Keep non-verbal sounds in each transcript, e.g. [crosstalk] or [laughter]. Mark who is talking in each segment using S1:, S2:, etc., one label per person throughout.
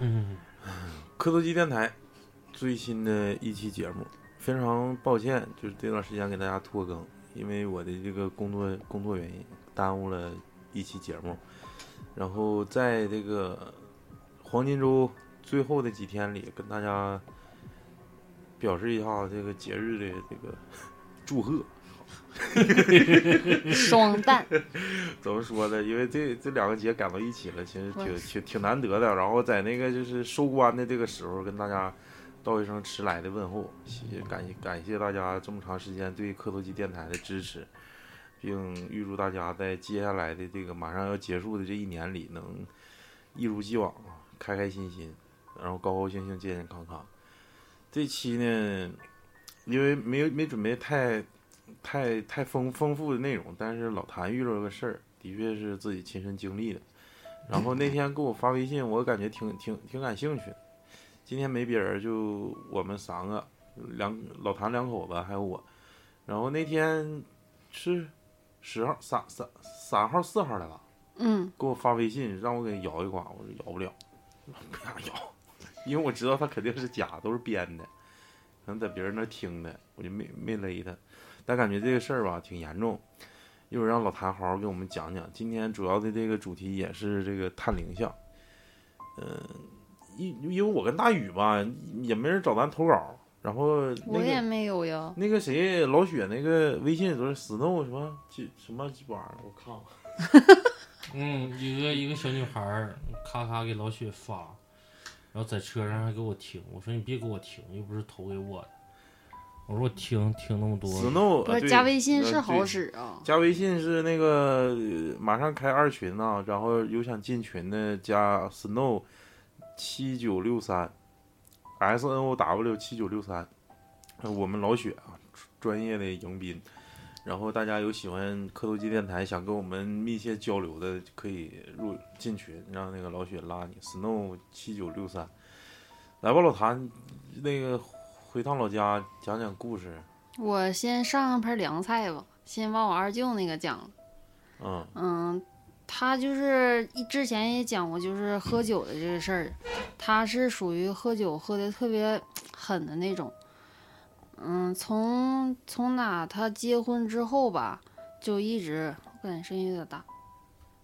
S1: 嗯，
S2: 科多基电台最新的一期节目，非常抱歉，就是这段时间给大家拖更，因为我的这个工作工作原因耽误了一期节目。然后在这个黄金周最后的几天里，跟大家表示一下这个节日的这个祝贺。
S3: [laughs]
S2: [laughs]
S3: 双蛋，
S2: 怎么说呢？因为这这两个节赶到一起了，其实挺挺挺难得的。然后在那个就是收官的这个时候，跟大家道一声迟来的问候，也感谢感谢大家这么长时间对磕头机电台的支持，并预祝大家在接下来的这个马上要结束的这一年里，能一如既往啊，开开心心，然后高高兴兴、健健康康。这期呢，因为没有没准备太太太丰丰富的内容，但是老谭遇到个事儿，的确是自己亲身经历的。然后那天给我发微信，我感觉挺挺挺感兴趣的。今天没别人，就我们三个，两老谭两口子还有我。然后那天是十号、三三三号、四号来了，
S3: 嗯，
S2: 给我发微信让我给摇一刮，我说摇不了， [laughs] 不想摇，因为我知道他肯定是假，都是编的，可能在别人那儿听的，我就没没勒他。但感觉这个事儿吧挺严重，一会儿让老谭好好给我们讲讲。今天主要的这个主题也是这个探灵像，嗯、因因为我跟大宇吧也没人找咱投稿，然后那
S3: 我也
S2: 个啊
S3: 没有呀。
S2: 那个谁老雪那个微信都是 snow 什么鸡什么鸡巴玩意儿，我靠，
S1: 嗯，一个一个小女孩儿，咔咔给老雪发，然后在车上还给我听，我说你别给我听，又不是投给我的，我说我听听那么多，
S2: snow
S3: 不
S2: 呃
S3: 是
S2: 对
S3: 加微信
S2: 呃
S3: 是好
S2: 对
S3: 使啊，
S2: 加微信是那个呃马上开二群呐、然后有想进群的加 snow 七九六三，s n o w 七九六三，呃我们老雪啊，专业的迎宾。然后大家有喜欢磕头机电台想跟我们密切交流的，可以入进群，让那个老雪拉你 snow 七九六三。来吧，老谭，那个回趟老家讲讲故事，
S3: 我先上一盘凉菜吧，先把我二舅那个讲了。
S2: 嗯
S3: 嗯，他就是一之前也讲过，就是喝酒的这个事儿，他是属于喝酒喝的特别狠的那种。嗯，从从打他结婚之后吧，就一直我感觉声音有点大，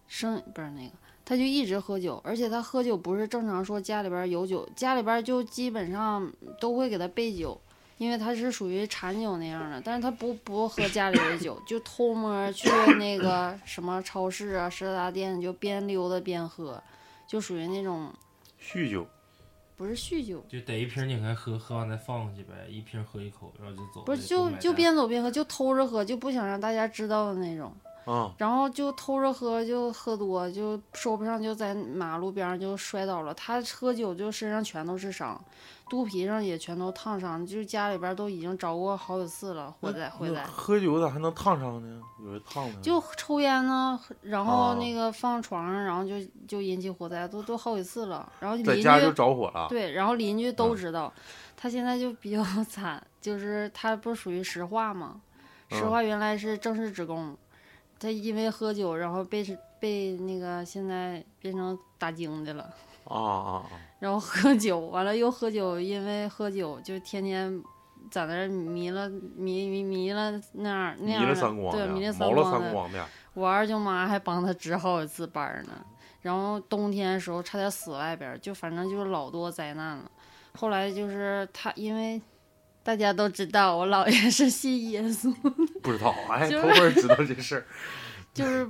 S3: 声不是那个，他就一直喝酒，而且他喝酒不是正常说家里边儿有酒，家里边儿就基本上都会给他备酒。因为他是属于馋酒那样的，但是他不不喝家里的酒，就偷摸去那个什么超市啊、食杂店，就边溜达边喝，就属于那种
S2: 酗酒。
S3: 不是酗酒，
S1: 就逮一瓶你还喝，喝完再放回去呗，一瓶喝一口，然后就走了，
S3: 不是
S1: 也
S3: 就
S1: 买
S3: 就
S1: 单
S3: 边走边喝，就偷着喝，就不想让大家知道的那种。
S2: 啊、
S3: 然后就偷着喝，就喝多，就说不上，就在马路边儿就摔倒了。他喝酒就身上全都是伤，肚皮上也全都烫伤，就家里边儿都已经着过好几次了，火灾
S2: 那
S3: 火灾。
S2: 喝酒咋还能烫伤呢？有人烫的。
S3: 就抽烟呢，然
S2: 啊
S3: 后那个放床上，然后就就引起火灾，都都好几次了。然后
S2: 在
S3: 邻
S2: 家就
S3: 居
S2: 着火了。
S3: 对，然后邻居
S2: 嗯
S3: 都知道，他现在就比较 [laughs] 惨，就是他不是属于石化吗？石
S2: 嗯
S3: 化原来是正式职工，他因为喝酒，然后被被那个现在变成打更的了。
S2: 啊啊啊！
S3: 然后喝酒，完了又喝酒，因为喝酒就天天在那儿迷了迷迷迷了那样那
S2: 迷
S3: 样的，
S2: 了三光
S3: 对，
S2: 的，
S3: 迷了
S2: 毛
S3: 三
S2: 了
S3: 光的
S2: 三。光的。
S3: 我二舅妈还帮他值好几次班儿呢，然后冬天的时候差点死外边儿，就反正就是老多灾难了。后来就是他，因为大家都知道我姥爷是信耶稣，
S2: 不
S3: [laughs]
S2: 知道，哎，
S3: 就
S2: 头
S3: 是
S2: 回知道这事儿。 [laughs]
S3: 就是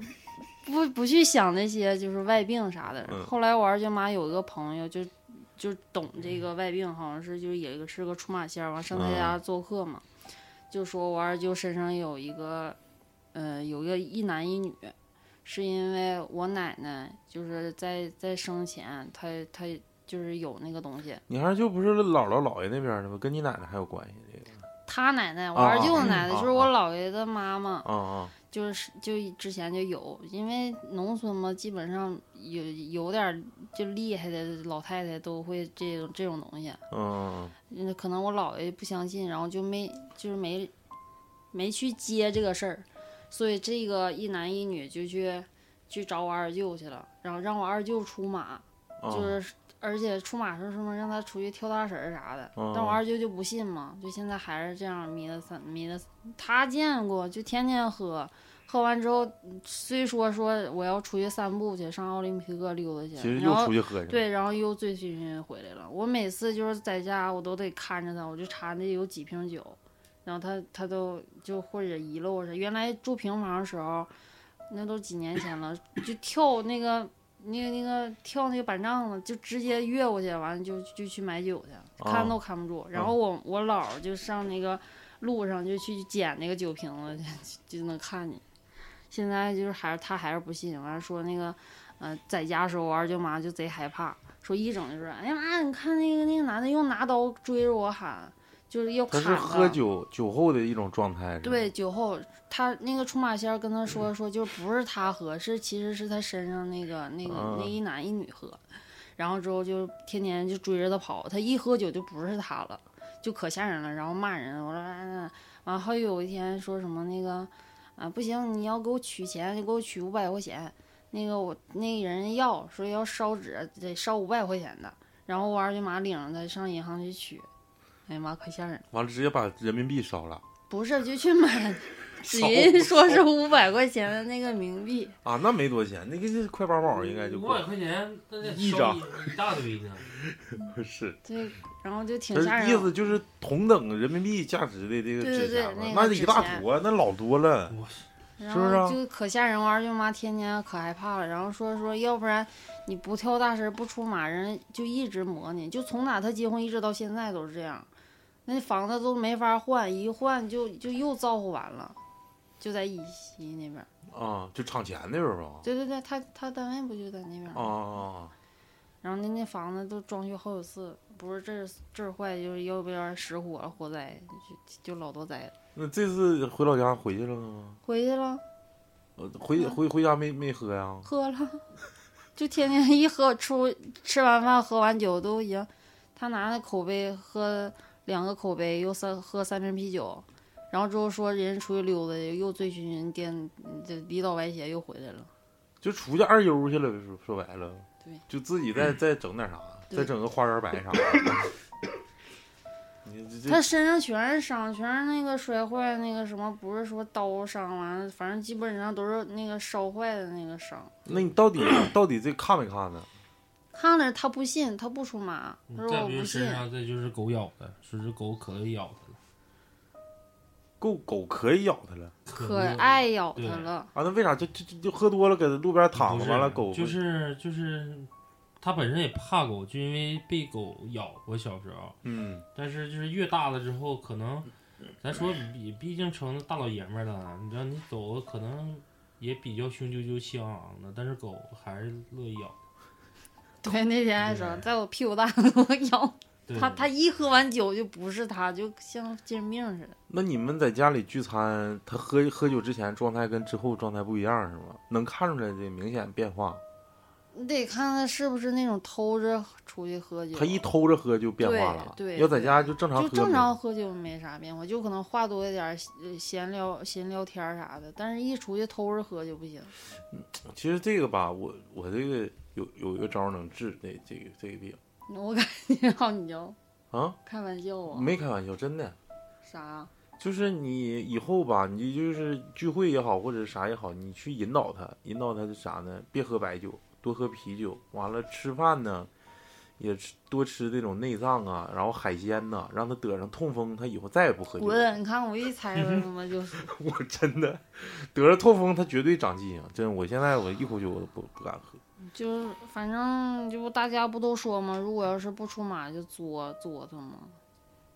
S3: 不不去想那些就是外病啥的。
S2: 嗯
S3: 后来我二舅妈有一个朋友就就懂这个外病，好像是就是也是个出马仙儿，完上他
S2: 啊
S3: 家做客嘛，就说我二舅身上有一个，呃，有一个一男一女。是因为我奶奶就是在在生前，她她就是有那个东西，
S2: 你二舅不是姥姥姥爷那边的吗？跟你奶奶还有关系这个。
S3: 她奶奶，我
S2: 啊
S3: 二舅
S2: 啊
S3: 奶奶
S2: 啊
S3: 就是我
S2: 啊
S3: 姥爷的妈妈，
S2: 啊啊
S3: 就是就之前就有，因为农村嘛，基本上有有点儿就厉害的老太太都会这种这种东西。
S2: 嗯
S3: 嗯，可能我姥爷不相信，然后就没就是没没去接这个事儿，所以这个一男一女就去去找我二舅去了，然后让我二舅出马。
S2: 嗯啊
S3: 就是而且出马时候什么让他出去跳大神儿啥的，
S2: 嗯
S3: 但我二舅就不信嘛，就现在还是这样迷的三迷的，他见过就天天喝，喝完之后嗯虽说说我要出去散步去，上奥林匹克溜达
S2: 其
S3: 去，
S2: 实
S3: 然
S2: 又
S3: 后
S2: 出去喝去了。
S3: 对，然后又醉醺醺回来了。我每次就是在家，我都得看着他，我就查那有几瓶酒，然后他他都就或者遗漏啥。原来住平房的时候，那都几年前了，就跳那个那个那个跳那个板杖子，就直接越过去，完了就就去买酒去，看都看不住。然后我我姥儿就上那个路上就去捡那个酒瓶子去，就能看见。现在就是还是他还是不信，完了说那个，呃，在家的时候我二舅妈就贼害怕，说一整就是，哎呀妈，你看那个那个男的用拿刀追着我喊，就是要
S2: 他
S3: 砍
S2: 是
S3: 他。
S2: 喝酒酒后的一种状态，是吧
S3: 对，，酒后他那个出马仙儿跟他说说，就是不是他喝，是其实是他身上那个那个、
S2: 啊
S3: 那一男一女喝，然后之后就天天就追着他跑，他一喝酒就不是他了，就可吓人了，然后骂人，我说哎完后有一天说什么那个啊不行，你要给我取钱，你给我取五百块钱，那个我那个人要说要烧纸得烧五百块钱的，然后我二舅妈领着他上银行去取，哎呀妈可吓人了。
S2: 完了直接把人民币烧了
S3: 不是，就去买只因说是五百块钱的那个冥币，
S2: 啊，那没多少钱，那个就是快八毛应该就
S1: 五
S2: 够
S1: 百块钱，那得
S2: 一
S1: 烧
S2: 张
S1: 一一大堆呢。
S2: [laughs] 是，
S3: 对，然后就挺吓
S2: 他
S3: 人哦
S2: 意
S3: 的。
S2: 思就是同等人民币价值的这个
S3: 对对
S2: 纸
S3: 对
S2: 钱嘛，
S3: 那个
S2: 那一
S3: 纸
S2: 大
S3: 钱
S2: 坨，那老多了。
S1: 我
S3: 然
S2: 是不是啊
S3: 后就可吓人，我二舅妈天天可害怕了，然后说说要不然你不跳大神不出马，人就一直磨你，就从打她结婚一直到现在都是这样，那房子都没法换，一换就就又造化完了，就在乙西那边儿。
S2: 啊，就厂前那边儿吧。
S3: 对对对，他他单位不就在那边儿吗
S2: 啊啊
S3: 然后那那房子都装修好几次，不是这儿这儿坏，就是要不然失火了、火灾，就就老多灾了。
S2: 啊！那这次回老家回去了吗？
S3: 回去了，
S2: 呃
S3: 嗯
S2: 回回回家没没喝呀？
S3: 喝了， [laughs] 就天天一喝出吃完饭喝完酒都已经，他拿那口杯喝两个口杯，又三喝三瓶啤酒，然后之后说人出去溜达去，又醉醺醺颠这里倒歪斜又回来了。
S2: 就出去二悠去了呗，说说白了，
S3: 对，
S2: 就自己
S1: 嗯
S2: 再再整点啥，
S3: 对
S2: 再整个花园白
S3: [laughs]
S2: 啥的。你这
S3: 他
S2: 这
S3: 身上全是伤，全是那个摔坏那个什么，不是说刀伤完了，反正基本上都是那个烧坏的那个伤。
S2: 那你到底到底这看没看呢？
S3: 看了他不信，他不出马，他说
S1: 再
S3: 我
S1: 比如
S3: 不
S1: 身
S3: 信。
S1: 上，再就是狗咬的，是只狗可乐咬的了，
S2: 够狗可以咬它了
S3: 可
S1: 乐
S3: 爱咬
S1: 对
S3: 他了，
S2: 啊？那为啥就就就就喝多了，搁路边躺
S1: 不
S2: 着，
S1: 是
S2: 完了狗
S1: 就是就是，他本身也怕狗，就因为被狗咬过小时候，
S2: 嗯
S1: 但是就是越大了之后，可能咱说比毕竟成了大老爷们儿了，你知道你走可能也比较雄赳赳气昂昂的，但是狗还是乐意咬。
S3: [laughs] 对，那天还说
S1: 对
S3: 在我屁股大 [laughs] 我咬
S1: 对
S3: 他，他一喝完酒就不是他，就像精神病似的。
S2: 那你们在家里聚餐，他喝喝酒之前状态跟之后状态不一样是吗？能看出来这明显变化。
S3: 你得看他是不是那种偷着出去喝酒，
S2: 他一偷着喝就变化了，
S3: 对对
S2: 要在家就正常喝
S3: 就
S2: 呗，
S3: 正常喝酒没啥变化，就可能话多一点儿，呃闲聊闲聊天儿啥的。但是一出去偷着喝就不行。
S2: 其实这个吧，我我这个有有一个招儿能治这这个这个病
S3: 我感觉好你就
S2: 啊，
S3: 开玩笑啊，
S2: 没开玩笑，真的
S3: 啥？啊
S2: 就是你以后吧，你就是聚会也好，或者啥也好，你去引导他，引导他是啥呢？别喝白酒，多喝啤酒。完了吃饭呢，也吃多吃这种内脏啊，然后海鲜呐、让他得上痛风，他以后再也不喝酒。
S3: 滚！你看我一猜出来他妈 [laughs] 就是。
S2: [laughs] 我真的得了痛风，他绝对长记性。真的，我现在我一口酒我都不不敢喝。
S3: 就是反正就大家不都说嘛，如果要是不出马就作作他嘛。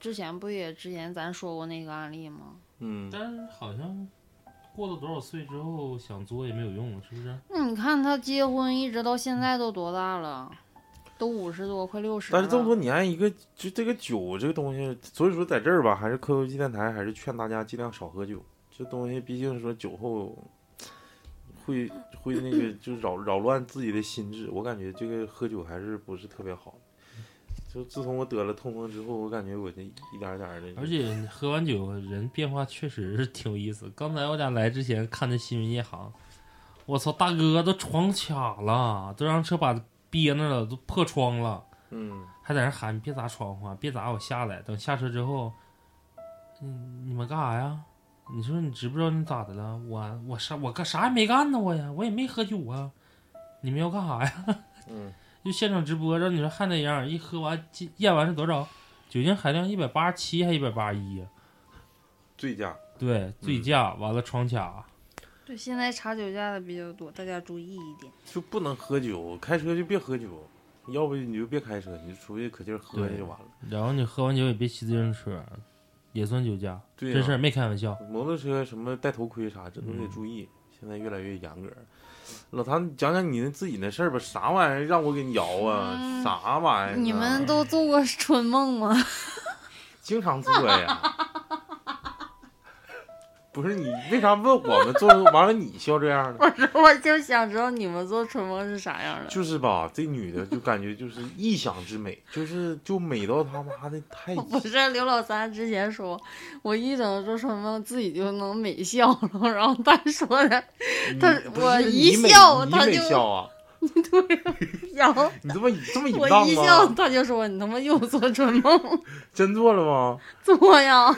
S3: 之前不也之前咱说过那个案例吗？
S2: 嗯，
S1: 但是好像过了多少岁之后想作也没有用了，是不是？
S3: 那你看他结婚一直到现在都多大了，都五十多，快六十了。
S2: 但是这么多年，一个就这个酒这个东西，所以说在这儿吧，还是科游机电台还是劝大家尽量少喝酒。这东西毕竟说酒后会会那
S1: [laughs]
S2: 个就扰扰乱自己的心智，我感觉这个喝酒还是不是特别好。就自从我得了痛风之后，我感觉我这一点儿点儿的，
S1: 而且喝完酒人变化确实是挺有意思。刚才我俩来之前看的新闻夜航，我操，大哥都闯卡了，都让车把憋那了，都破窗了，
S2: 嗯，
S1: 还在那喊你别砸窗户啊，别砸，我下来。等下车之后，嗯，你们干啥呀？你说你知不知道你咋的了？我我啥我干啥也没干呢，我呀，我也没喝酒啊。你们要干啥呀？ [laughs]
S2: 嗯，
S1: 就现场直播，让你说还那样，一喝完今验完是多少？酒精含量一百八十七还一百八十一？啊
S2: 醉驾，
S1: 对，
S2: 嗯
S1: 醉驾、完了闯卡，
S3: 对，现在查酒驾的比较多，大家注意一点。
S2: 就不能喝酒，开车就别喝酒，要不你就别开车，你就出去可劲儿喝
S1: 对
S2: 就完了。
S1: 然后你喝完酒也别骑自行车，也算酒驾，
S2: 对、
S1: 这事
S2: 啊，
S1: 儿没开玩笑。
S2: 摩托车什么戴头盔啥，这都得
S1: 嗯
S2: 注意，现在越来越严格。老谭，你讲讲你那自己那事儿吧，啥玩意儿让我给你摇啊？
S3: 嗯
S2: 啥玩意儿啊？
S3: 你们都做过春梦吗？ [laughs]
S2: 经常做呀？ [laughs] 不是你为啥问我们做完了你笑这样呢？
S3: 我说我就想知道你们做春梦是啥样的。
S2: 就是吧，这女的就感觉就是异想之美，就是就美到他妈的太
S3: 我不是刘老三之前说，我一整做春梦自己就能美笑了，然后他说的，
S2: 你
S3: 他
S2: 不
S3: 我
S2: 是
S3: 一
S2: 你美
S3: 笑
S2: 你
S3: 他
S2: 美
S3: 就
S2: 笑啊，
S3: 然后
S2: 你这么这么淫
S3: 我
S2: 荡
S3: 一笑
S2: 吗？
S3: 他就说你他妈又做春梦，
S2: 真做了吗？
S3: 做呀，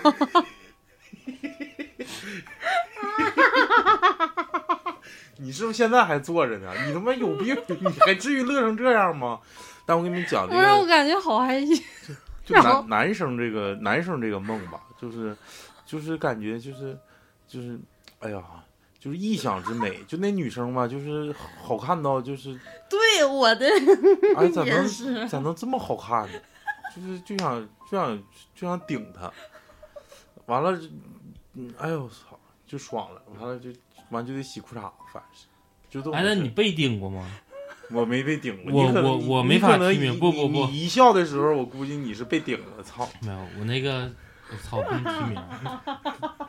S2: 你是不是现在还坐着呢？你他妈有病！你还至于乐成这样吗？但我跟你们讲，这
S3: 不是我
S2: 个
S3: 感觉好害羞。
S2: 就
S3: 然后
S2: 男男生这个男生这个梦吧，就是就是感觉就是就是，哎呀，就是异想之美。就那女生吧，就是好看到就是
S3: [laughs] 对我的 [laughs]
S2: 哎，咋
S3: 也
S2: 能
S3: 是
S2: 咋能这么好看呢？就是就想就想就想顶他，完了，嗯哎呦我操，就爽了，完了就完就得洗裤衩，反正是就都。
S1: 哎，那你被叮过吗？
S2: 我没被顶过，
S1: 我
S2: 你可能
S1: 我
S2: 你
S1: 我
S2: 你
S1: 没
S2: 可
S1: 法
S2: 能
S1: 提名
S2: 一
S1: 不
S2: 你
S1: 不不
S2: 你一笑的时候，我估计你是被顶了，操！
S1: 没有，我那个我操，我不能提名。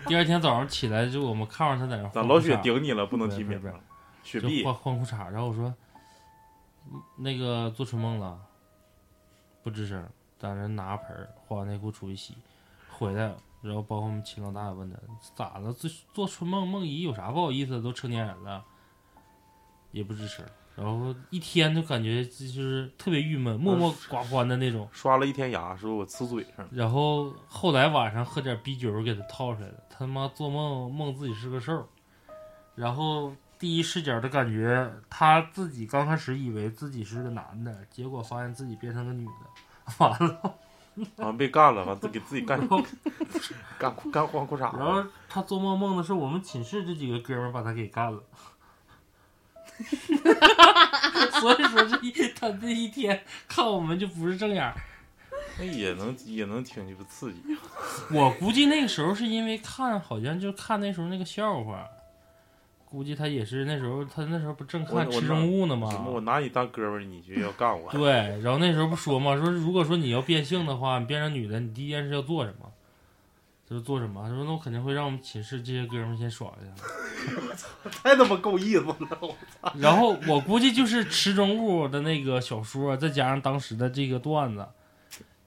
S1: 第二天早上起来，就我们看着他在那儿
S2: 咋
S1: 换
S2: 老
S1: 裤衩
S2: 雪顶你了，不能
S1: 不是
S2: 提名
S1: 不是
S2: 了？雪
S1: 就
S2: 碧
S1: 换换裤衩，然后我说嗯那个做春梦了，不吱声，在那拿盆儿换完内裤出去洗，回来然后包括我们秦老大也问他咋了，做做春梦梦遗有啥不好意思的，都成年人了，也不吱声，然后一天就感觉这就是特别郁闷，默
S2: 呃
S1: 默寡欢的那种。
S2: 刷了一天牙，说我呲嘴上了，
S1: 然后后来晚上喝点啤酒给他套出来的，他他妈做梦梦自己是个兽儿，然后第一视角的感觉，他自己刚开始以为自己是个男的，结果发现自己变成个女的，完了，
S2: 完被干了，完自给
S1: [laughs]
S2: 自己干 [laughs] 干干换裤衩
S1: 然后
S2: 了，
S1: 他做梦梦的是我们寝室这几个哥们儿把他给干了。 [laughs] 所以说这一他这一天看我们就不是正眼儿，
S2: 那也能也能挺鸡巴刺激。
S1: 我估计那个时候是因为看，好像就看那时候那个笑话，估计他也是那时候他那时候不正
S2: 我
S1: 看
S2: 我
S1: 吃生物呢
S2: 什么？我
S1: 吗？
S2: 拿你当哥们儿，你就要干我？
S1: 对，然后那时候不说嘛，说如果说你要变性的话，你变成女的，你第一件事要做什么？就是做什么？他说那我肯定会让我们寝室这些哥们儿先爽一下，
S2: 太他妈够意思了！我
S1: 然后我估计就是池中物的那个小说，再加上当时的这个段子，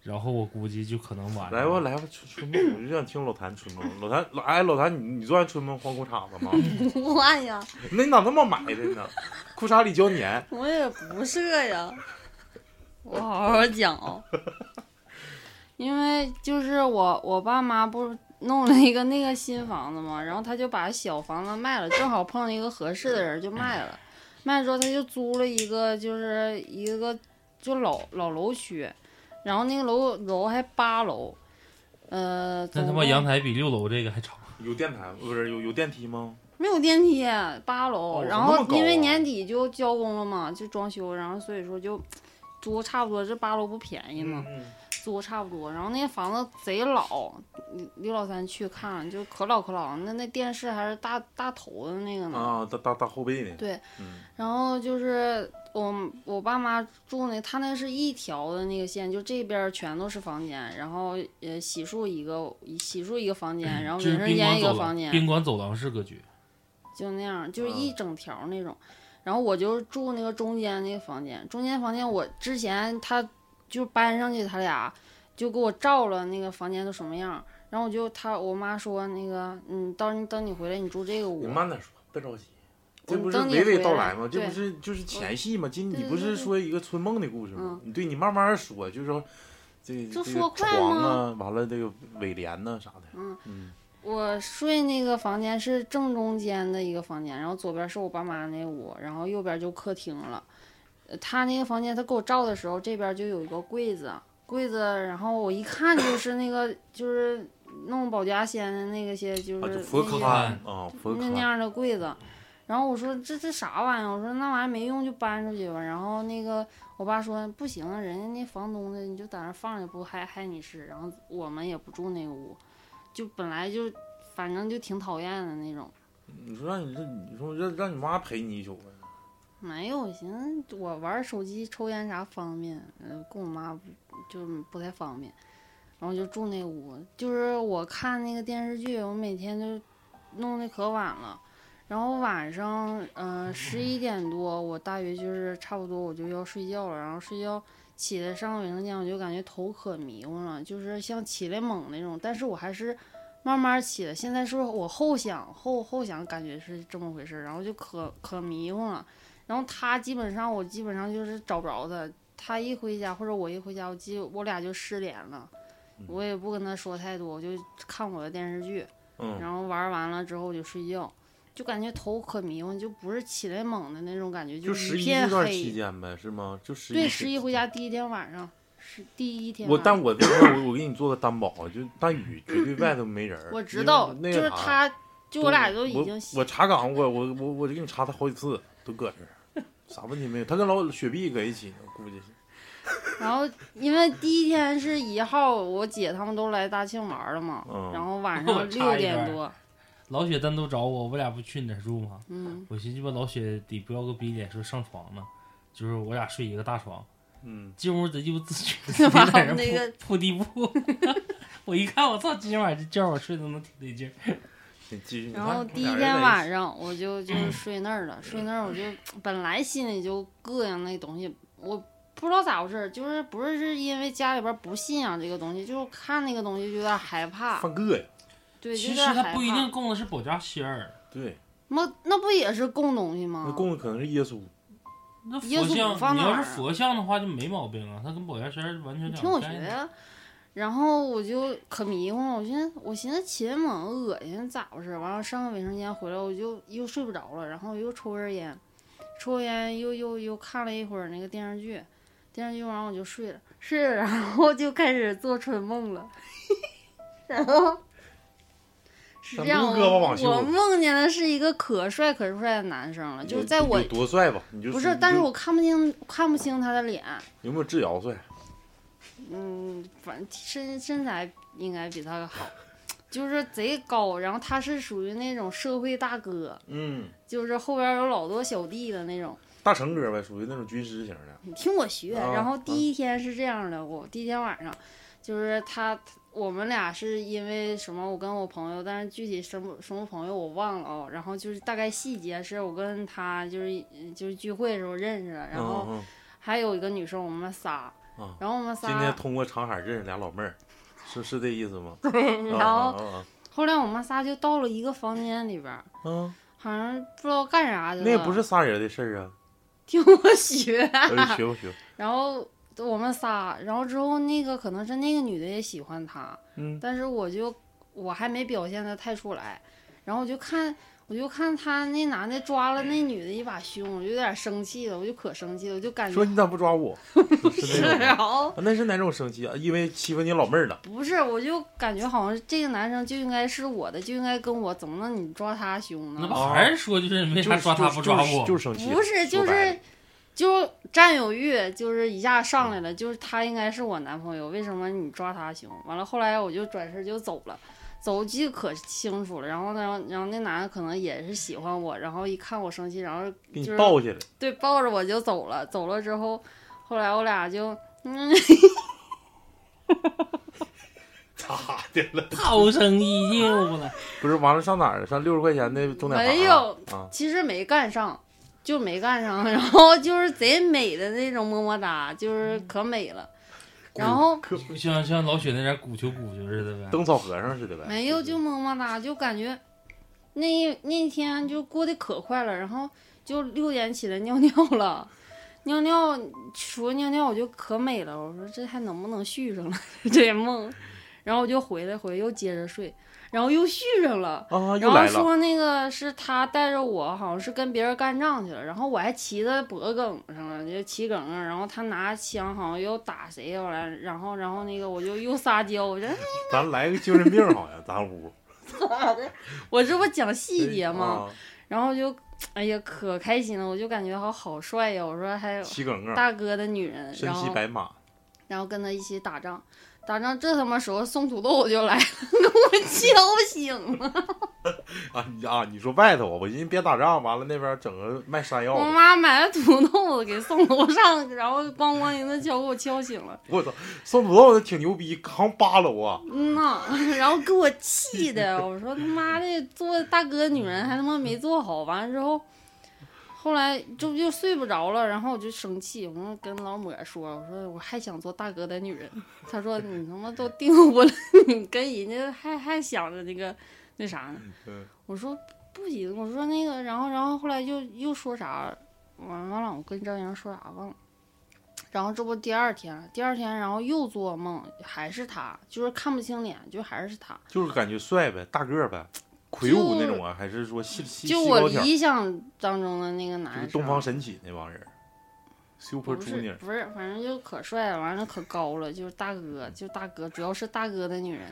S1: 然后我估计就可能完了。
S2: 来吧来吧，春春梦，我就想听老谭春梦。老谭老哎老谭，你你做完春梦换裤衩子吗？ [laughs]
S3: 不换呀，
S2: 那你咋那么埋汰呢？裤衩里胶粘。
S3: [laughs] 我也不是呀，我好好讲哦。
S1: [laughs]
S3: 因为就是我我爸妈不是弄了一个那个新房子嘛，然后他就把小房子卖了，正好碰到一个合适的人就卖了，卖了之后他就租了一个就是一个就老老楼区，然后那个楼楼还八楼，呃，
S1: 那他
S3: 总
S1: 妈
S3: 共
S1: 阳台比六楼这个还长。
S2: 有电台不是有有电梯吗？
S3: 没有电梯，八楼。
S2: 哦
S3: 然
S2: 那
S3: 后
S2: 么高
S3: 因为
S2: 啊
S3: 年底就交工了嘛，就装修，然后所以说就租差不多。这八楼不便宜嘛，
S2: 嗯，
S3: 租差不多。然后那房子贼老，刘刘老三去看就可老可老，那那电视还是大大头的那个呢。
S2: 啊，大大大后背呢。
S3: 对，
S2: 嗯，
S3: 然后就是我我爸妈住那，他那是一条的那个线，就这边全都是房间，然后呃洗漱一个洗漱一个
S2: 嗯
S3: 房间，然后
S1: 就
S3: 卫
S1: 是
S3: 生
S1: 宾
S3: 间
S1: 馆
S3: 一个
S1: 走
S3: 房
S1: 廊，
S3: 间，
S1: 宾馆走廊式格局。
S3: 就那样，就是
S2: 嗯
S3: 一整条那种。然后我就住那个中间那个房间，中间房间我之前他就搬上去，他俩就给我照了那个房间都什么样。然后我就他我妈说那个，嗯，到时候你等你回来你住这个屋
S2: 你。慢点说，别着急。这不是
S3: 等你
S2: 娓娓
S3: 回
S2: 道
S3: 来
S2: 来吗？这
S3: 对
S2: 不是就是前戏吗？今
S3: 对
S2: 你
S3: 对
S2: 不
S3: 对
S2: 是
S3: 对
S2: 说一个春梦的故事吗
S3: 嗯？
S2: 你对你慢慢说，就是说这
S3: 就
S2: 这个
S3: 说快
S2: 床啊，完了这个尾帘呐啥的，
S3: 嗯
S2: 嗯
S3: 我睡那个房间是正中间的一个房间，然后左边是我爸妈那屋，然后右边就客厅了。呃他那个房间，他给我照的时候，这边就有一个柜子，柜子，然后我一看就是那个就是弄保家仙的那个些，就是
S2: 啊，就
S3: 那
S2: 佛
S3: 些
S2: 龛啊，佛
S3: 那那
S2: 龛，
S3: 样的柜子。然后我说这这啥玩意儿？我说那玩意儿没用就搬出去吧。然后那个我爸说不行，啊人家那房东的你就在那儿放着不还还你是？然后我们也不住那个屋，就本来就反正就挺讨厌的那种。
S2: 你说让你这，你说让让你妈陪你一宿呗。
S3: 没有，我寻思我玩手机、抽烟啥方便，嗯、跟我妈不就不太方便，然后就住那屋。就是我看那个电视剧，我每天就弄得可晚了，然后晚上嗯十一点多，我大约就是差不多我就要睡觉了，然后睡觉起来上个卫生间，我就感觉头可迷糊了，就是像起来猛那种，但是我还是。慢慢起来，现在是我后想后后想，感觉是这么回事儿，然后就可可迷糊了，然后他基本上我基本上就是找不着他，他一回家或者我一回家，我记我俩就失联了，我也不跟他说太多，我就看我的电视剧，
S2: 嗯，
S3: 然后玩完了之后我就睡觉，就感觉头可迷糊，就不是起来猛的那种感觉，
S2: 就是十
S3: 一
S2: 一
S3: 片
S2: 这段期
S3: 黑。
S2: 间呗，是吗？就十一
S3: 对，
S2: 这
S3: 十一回家第一天晚上是第一天
S2: 我
S3: 晚上。
S2: 但我这块儿我我给你做个担保，就大宇绝对外头没人儿。
S3: 我
S2: 因
S3: 知
S2: 为
S3: 道，
S2: 那
S3: 就
S2: 个
S3: 是
S2: 啥
S3: 他，就我俩都已
S2: 我
S3: 经
S2: 我查岗，我我我我就给你查他好几次，都搁这儿，啥问题没有。他跟老雪碧搁一起呢，估计是。
S3: 然后因为第一天是一号，我姐他们都来大庆玩了嘛，
S2: 嗯
S3: 然后
S2: [laughs]
S3: 晚
S1: 我
S3: 上
S1: 插
S3: 六
S1: 一
S3: 点
S1: 段
S3: 多，
S1: 老雪单独找我，我俩不去你那儿住吗？
S3: 嗯，，
S1: 我寻思吧，老雪得飙个逼脸说上床呢，就是我俩睡一个大床，
S2: 嗯，
S1: 进屋贼鸡巴自觉
S3: 把
S1: 在人
S3: [laughs] 那个
S1: 铺铺地铺。 [laughs] 我一看，我操，今天晚上这觉我睡得能挺得劲儿。
S2: 你继续。你
S3: 然
S2: 看
S3: 后第一天晚，上我就
S1: [clears throat]
S3: 就是睡那儿了，睡那儿我就本来心里就膈应那东西，我不知道咋回事儿，就是不是是因为家里边不信仰这个东西，就是看那个东西就有点害
S2: 俩人
S3: 怕，
S2: 犯膈呀，
S3: 对，就
S1: 其实
S3: 有点害
S1: 他
S3: 怕
S1: 不。一定供的是保家仙儿，
S2: 对，
S3: 那那不也是供东西吗
S2: 那？供的可能是耶稣。
S1: 那
S3: 耶
S1: 佛
S3: 稣不
S1: 像
S3: 放
S1: 你
S3: 哪
S1: 要
S3: 儿
S1: 是
S3: 啊
S1: 佛像的话就没毛病啊，它跟保家仙儿完全
S3: 你
S1: 两
S3: 听
S1: 个
S3: 我学啊
S1: 概念。
S3: 呀。然后我就可迷糊了，我寻思我寻思起来猛恶心，咋回事？完了上个卫生间回来，我就又睡不着了，然后又抽根烟，抽烟又又又看了一会儿那个电视剧，电视剧完我就睡了，睡了，然后就开始做春梦了，然后是这
S2: 咱
S3: 样，
S2: 不胳膊
S3: 我
S2: 往袖
S3: 我
S2: 子
S3: 梦见的是一个可帅可帅的男生了，就是在
S2: 你
S3: 我
S2: 有多帅吧？你就
S3: 不
S2: 你
S3: 是，
S2: 就
S3: 但是我看不清看不清他的脸，
S2: 有没有智瑶帅？
S3: 嗯，反正身身材应该比他好， [sniffs] 就是贼高，然后他是属于那种社会大哥，
S2: 嗯，
S3: 就是后边有老多小弟的那种。
S2: 大成哥呗，属于那种军师型的。
S3: 你听我学，
S2: 啊
S3: 然后
S2: 啊
S3: 第一天是这样的，我第一天晚上就是他。我们俩是因为什么？我跟我朋友，但是具体什么什么朋友我忘了哦。然后就是大概细节是我跟他就是就是聚会的时候认识的，然后
S2: 嗯嗯
S3: 还有一个女生，我们仨，
S2: 啊
S3: 然后我们仨 [laughs]
S2: 今天通过长海认识俩老妹儿，是是这意思吗？
S3: 对，然后
S2: 啊
S3: 后来我们仨就到了一个房间里边儿，
S2: 啊啊啊，
S3: 好像不知道干啥去了。
S2: 那也不是仨人的事儿啊，
S3: 听我
S2: [laughs]
S3: 学，
S2: 哎学不学？
S3: 然后我们仨，然后之后那个可能是那个女的也喜欢他，
S2: 嗯
S3: 但是我就我还没表现的太出来，然后我就看我就看他那男的抓了那女的一把胸，我就有点生气了，我就可生气了，我就感
S2: 说
S3: 觉
S2: 你咋不抓我？是那种吗
S3: 然后
S2: 啊那是哪种生气啊？因为欺负你老妹儿了。
S3: 不是，我就感觉好像这个男生就应该是我的，就应该跟我，怎么能你抓他胸呢？
S1: 那不还是说就是没啥
S2: 就是
S1: 抓他不抓
S2: 就是
S1: 我，
S2: 就是生气，
S3: 不是，就
S2: 说白
S3: 是
S2: 了
S3: 就占有欲，就是一下上来了，就是他应该是我男朋友，为什么你抓他行？完了后来我就转身就走了。走记得可清楚了，然后呢，然后然后那男的可能也是喜欢我，然后一看我生气，然后
S2: 给
S3: 就
S2: 你
S3: 是
S2: 抱起来，
S3: 对抱着我就走了，走了之后，后来我俩就嗯，
S2: 咋的了？
S1: 涛声依旧了。
S2: 不是，完了上哪儿了？上六十块钱的中奶茶
S3: 没有
S2: 啊？
S3: 其实没干上，就没干上， [laughs] 然后就是贼美的那种么么哒，就是
S2: 嗯
S3: 可美了，然后
S2: 可
S1: 像像老雪那点鼓球鼓球似的呗。
S2: 灯草和尚似的呗？
S3: 没有，就么么哒，就感觉那那天就过得可快了，然后就六点起来尿尿 [laughs] 了，尿尿除了尿尿我就可美了，我说这还能不能续上了 [laughs] 这梦？然后我就回来，回来又接着睡，然后又续上了。
S2: 啊，又
S3: 然后
S2: 来了，
S3: 说那个是他带着我，好像是跟别人干仗去了，然后我还骑在脖梗上了，就骑梗上，然后他拿枪好像又打谁，后来然后然后那个我就又撒娇，我说
S2: 咱来个精神病好像，咱屋
S3: 我这不讲 [laughs] 细节吗？
S2: 啊
S3: 然后就哎呀可开心了，我就感觉好好帅呀，我说还有
S2: 骑梗梗，
S3: 大哥的女人，
S2: 身
S3: 然
S2: 骑
S3: 后
S2: 啊白马，
S3: 然后跟他一起打仗，打仗这他妈时候送土豆就来了， [laughs] 给我敲醒了，
S2: 啊你啊！你说外头啊，我寻思别打仗，完了那边整个卖山药
S3: 我
S2: 的，
S3: 妈买了土豆子给送楼上，然后咣咣一顿敲给我敲醒了。
S2: 我操，宋土豆子挺牛逼，扛八楼啊！
S3: 嗯呐， [laughs] 然后给我气的，我说他妈的做大哥女人还他妈没做好，完了之后，后来就就睡不着了，然后我就生气，我说跟老抹说，我说我还想做大哥的女人，他说你他妈都订婚了， [laughs] 你跟人家还还想着那个那啥呢？
S2: 嗯，
S3: 我说不行，我说那个，然后然后后来又又说啥，完完了，我跟张莹说啥忘了。然后这不第二天，第二天然后又做梦，还是他，就是看不清脸，就还是他。
S2: 就是感觉帅呗，大个儿呗，魁梧那种啊，还是说细细
S3: 就
S2: 细
S3: 我
S2: 高挑，
S3: 理想当中的那个
S2: 就
S3: 男
S2: 是
S3: 生，
S2: 东方神起那帮人，Super
S3: 啊不是
S2: Junior，
S3: 不是，反正就可帅了，完了可高了，就是大哥，就是大哥，主要是大哥的女人。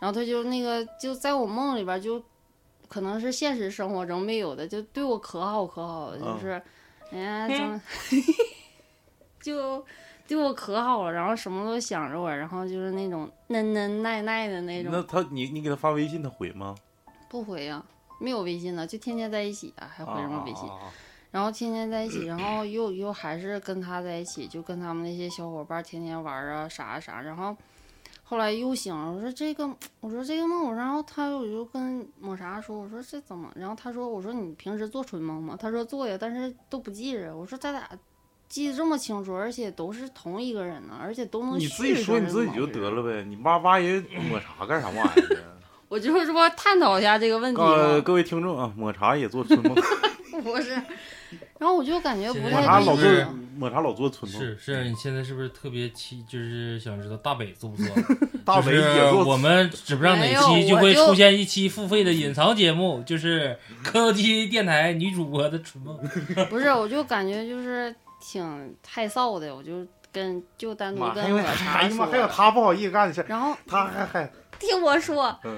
S3: 然后他就那个就在我梦里边儿就，可能是现实生活中没有的，就对我可好可好了，就
S2: 嗯
S3: 是，哎呀，怎么， [laughs] 就对我可好了，然后什么都想着我，然后就是那种嫩嫩耐耐的那
S2: 那
S3: 种，
S2: 他你你给他发微信，他回吗？
S3: 不回呀、没有微信呢，就天天在一起啊，还回什么微信？嗯
S2: 啊啊啊啊
S3: 然后天天在一起，然后又又还是跟他在一起，就跟他们那些小伙伴儿天天玩儿啊啥啊啥。然后后来又醒了，我说这个，我说这个梦，我然后他我就跟抹茶说，我说这怎么？然后他说，我说你平时做春梦吗？他说做呀，但是都不记着。我说咱俩记得这么清楚，而且都是同一个人呢，而且都能
S2: 你自己
S3: 叙
S2: 说
S3: 述
S2: 你
S3: 是
S2: 自
S3: 怎
S2: 己
S3: 么
S2: 就
S3: 回
S2: 得
S3: 事。
S2: 了呗，你挖挖人抹茶干啥玩
S3: [laughs]
S2: 意儿呢？
S3: 我就是说探讨一下这个问题
S2: 呃，
S3: 嘛，
S2: 各位听众啊，抹茶也做春
S3: [laughs]
S2: 梦，
S3: 不是。然后我就感觉不
S1: 现
S2: 抹
S1: 在
S2: 茶
S3: 太
S2: 老
S3: 对
S1: 就是
S2: 做
S3: 劲。
S2: 抹茶老做春梦，
S1: 是是，你现在是不是特别期，就是想知道大北做不做？
S2: [laughs] 大
S1: 就
S2: 伟
S1: 是
S2: 也做
S1: 我们指不上哪
S3: 没有
S1: 期就
S3: 我
S1: 会
S3: 就
S1: 出现一期付费的隐藏节目，就是磕头机电台女主播的春梦。
S3: 不是，我就感觉就是挺害臊的，我就跟就单独
S2: 妈，还
S3: 跟
S2: 有
S3: 我
S2: 哎
S3: 啥
S2: 呀妈，
S3: 说
S2: 还有他不好意思干的事儿，
S3: 然后
S2: 他还还
S3: [laughs] 听我说，
S2: 嗯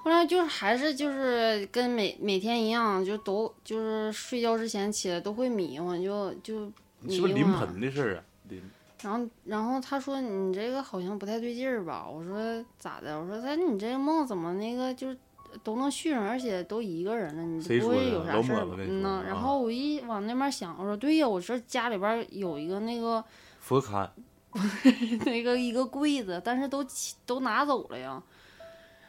S3: 后来就是还是就是跟每每天一样，就都就是睡觉之前起来都会迷糊，就就迷
S2: 是不
S3: 糊
S2: 是。临盆的事儿啊？临
S3: 然后然后他说你这个好像不太对劲儿吧？我说咋的？我说他你这个梦怎么那个就是。都能续上，而且都一个人了，你
S2: 谁
S3: 不
S2: 说
S3: 会
S2: 的
S3: 有啥
S2: 老
S3: 事
S2: 抹
S3: 儿
S2: 子
S3: 吧？
S2: 跟你
S3: 嗯
S2: 说
S3: 呐
S2: 的，
S3: 然
S2: 啊
S3: 后我一往那边想，我说对呀，我这家里边儿有一个那个 [laughs]
S2: 佛龛
S3: 那个一个柜子，但是都起都拿走了呀。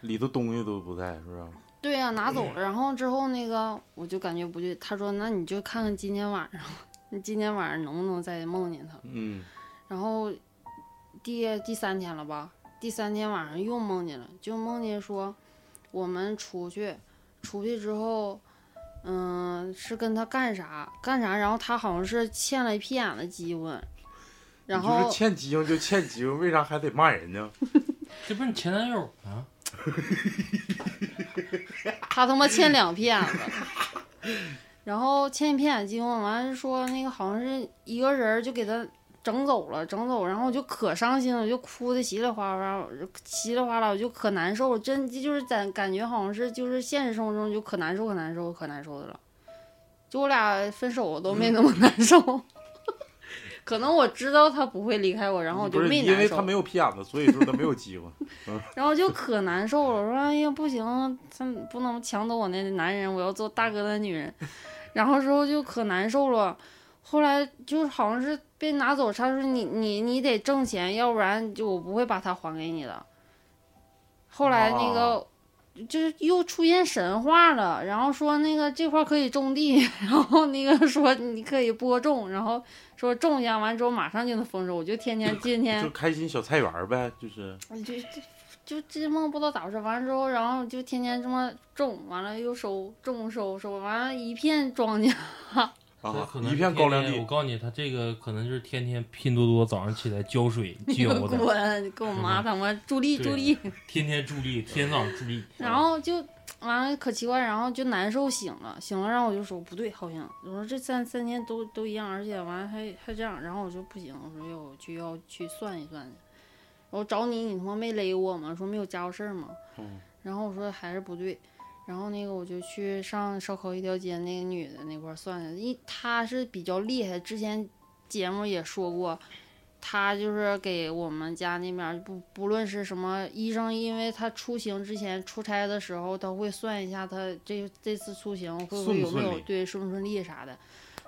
S2: 里头东西都不在，是不是？
S3: 对呀、拿走了。然后之后那个我就感觉不对，他说那你就看看今天晚上， [laughs] 你今天晚上能不能再梦见他。
S2: 嗯，
S3: 然后第第三天了吧，第三天晚上又梦见了，就梦见说我们出去，出去之后，嗯、是跟他干啥干啥，然后他好像是欠了一屁眼的鸡问，然
S2: 你
S3: 后
S2: 就是欠鸡用就欠鸡用，为啥还得骂人呢？
S1: 这不是你前男友啊？
S3: 他他妈欠两骗子，然后欠一骗子金光，完了说那个好像是一个人儿就给他整走了，整走，然后我就可伤心了，我就哭的稀里哗啦，我就稀里哗啦，我就可难受了，真就是感感觉好像是就是现实生活中就可难受可难受可难受的了，就我俩分手我都没那么难受。 [laughs] 可能我知道他不会离开我，然后我就
S2: 不是
S3: 没
S2: 因
S3: 难
S2: 为
S3: 受。
S2: 他没有屁眼子，所以说他没有鸡巴。
S3: 然后就可难受了，我说哎呀不行，他不能抢走我那男人，我要做大哥的女人。 [laughs] 然后之后就可难受了，后来就是好像是被拿走，他说你你你得挣钱，要不然就我不会把它还给你的。后来那个就是又出现神话了，然后说那个这块儿可以种地， [laughs] 然后那个说你可以播种，然后说种下完之后马上就能丰收，我就天天今天
S2: 就开心小菜园儿呗，就是
S3: 就就就这梦不知道咋回事，完了之后，然后就天天这么种，完了又收，种收收，完了一片庄稼。
S1: 这
S2: 啊
S1: 可，能是
S2: 一片
S1: 天
S2: 高粱
S1: 天
S2: 地
S1: 我，告诉你，他这个可能就是天天拼多多早上起来浇
S3: [laughs]
S1: 水浇的，嗯
S3: 滚！跟我妈他妈助力
S1: 对
S3: 助力，
S1: 天天助力，天早上助力。
S3: [laughs] 然后就完了，可奇怪，然后就难受醒了，醒了，然后我就说不对，好像我说这三三天都都一样，而且完了还还这样，然后我说不行，我说要我就要去算一算去，我找你，你他妈没勒我吗？说没有家伙事儿吗？
S2: 嗯
S3: 然后我说还是不对，然后那个我就去上烧烤一条街那个女的那块儿算算，因为她是比较厉害，之前节目也说过，她就是给我们家那边儿不不论是什么医生，因为她出行之前出差的时候，他会算一下她这这次出行会不
S2: 顺
S3: 会
S2: 不
S3: 有没
S2: 顺
S3: 有
S2: 利
S3: 对顺不顺利啥的。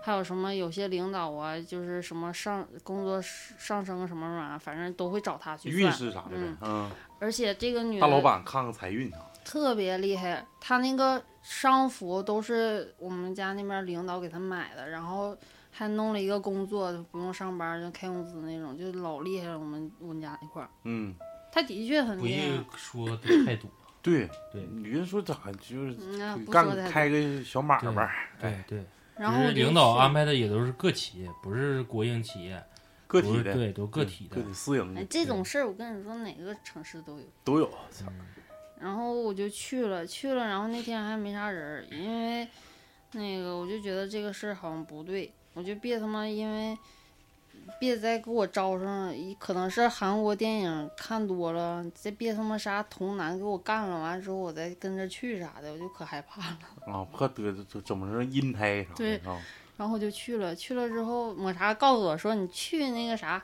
S3: 还有什么？有些领导啊，就是什么上工作上升什么玩意儿，反正都会找他去
S2: 运
S3: 算。
S2: 势啥的呗
S3: 嗯，
S2: 嗯，
S3: 而且这个女
S2: 大
S3: 的
S2: 老板看看财运啊啥，
S3: 特别厉害，他那个商服都是我们家那边领导给他买的，然后还弄了一个工作，不用上班就开工资那种，就老厉害了。我们我们家那块儿，
S2: 嗯，
S3: 他的确很
S1: 不
S3: 厉
S1: 愿意
S3: 害。
S1: 说的太多，
S2: 对
S1: 对
S2: 你别说咋就是
S3: 嗯，那不
S2: 干
S3: 说太
S2: 开
S3: 多。
S2: 个小买卖儿，哎
S1: 对对。
S3: 然
S1: 只
S3: 后
S1: 是领导安
S3: 排。
S1: 排的也都是个企业，不是国营企业，
S2: 个体
S1: 不是
S2: 的，
S1: 对，都是个体的
S2: 个。体私营
S3: 哎
S2: 的，
S3: 这种事儿我跟你说，哪个城市都有。
S2: 都有，
S3: 然后我就去了，去了，然后那天还没啥人儿，因为那个我就觉得这个事儿好像不对，我就别他妈因为别再给我招上，一可能是韩国电影看多了，再别他妈啥童男给我干了，完了之后我再跟着去啥的，我就可害怕了。
S2: 啊，怕得就怎么说阴胎啥
S3: 对
S2: 的啊，
S3: 然后我就去了，去了之后抹茶告诉我说你去那个啥，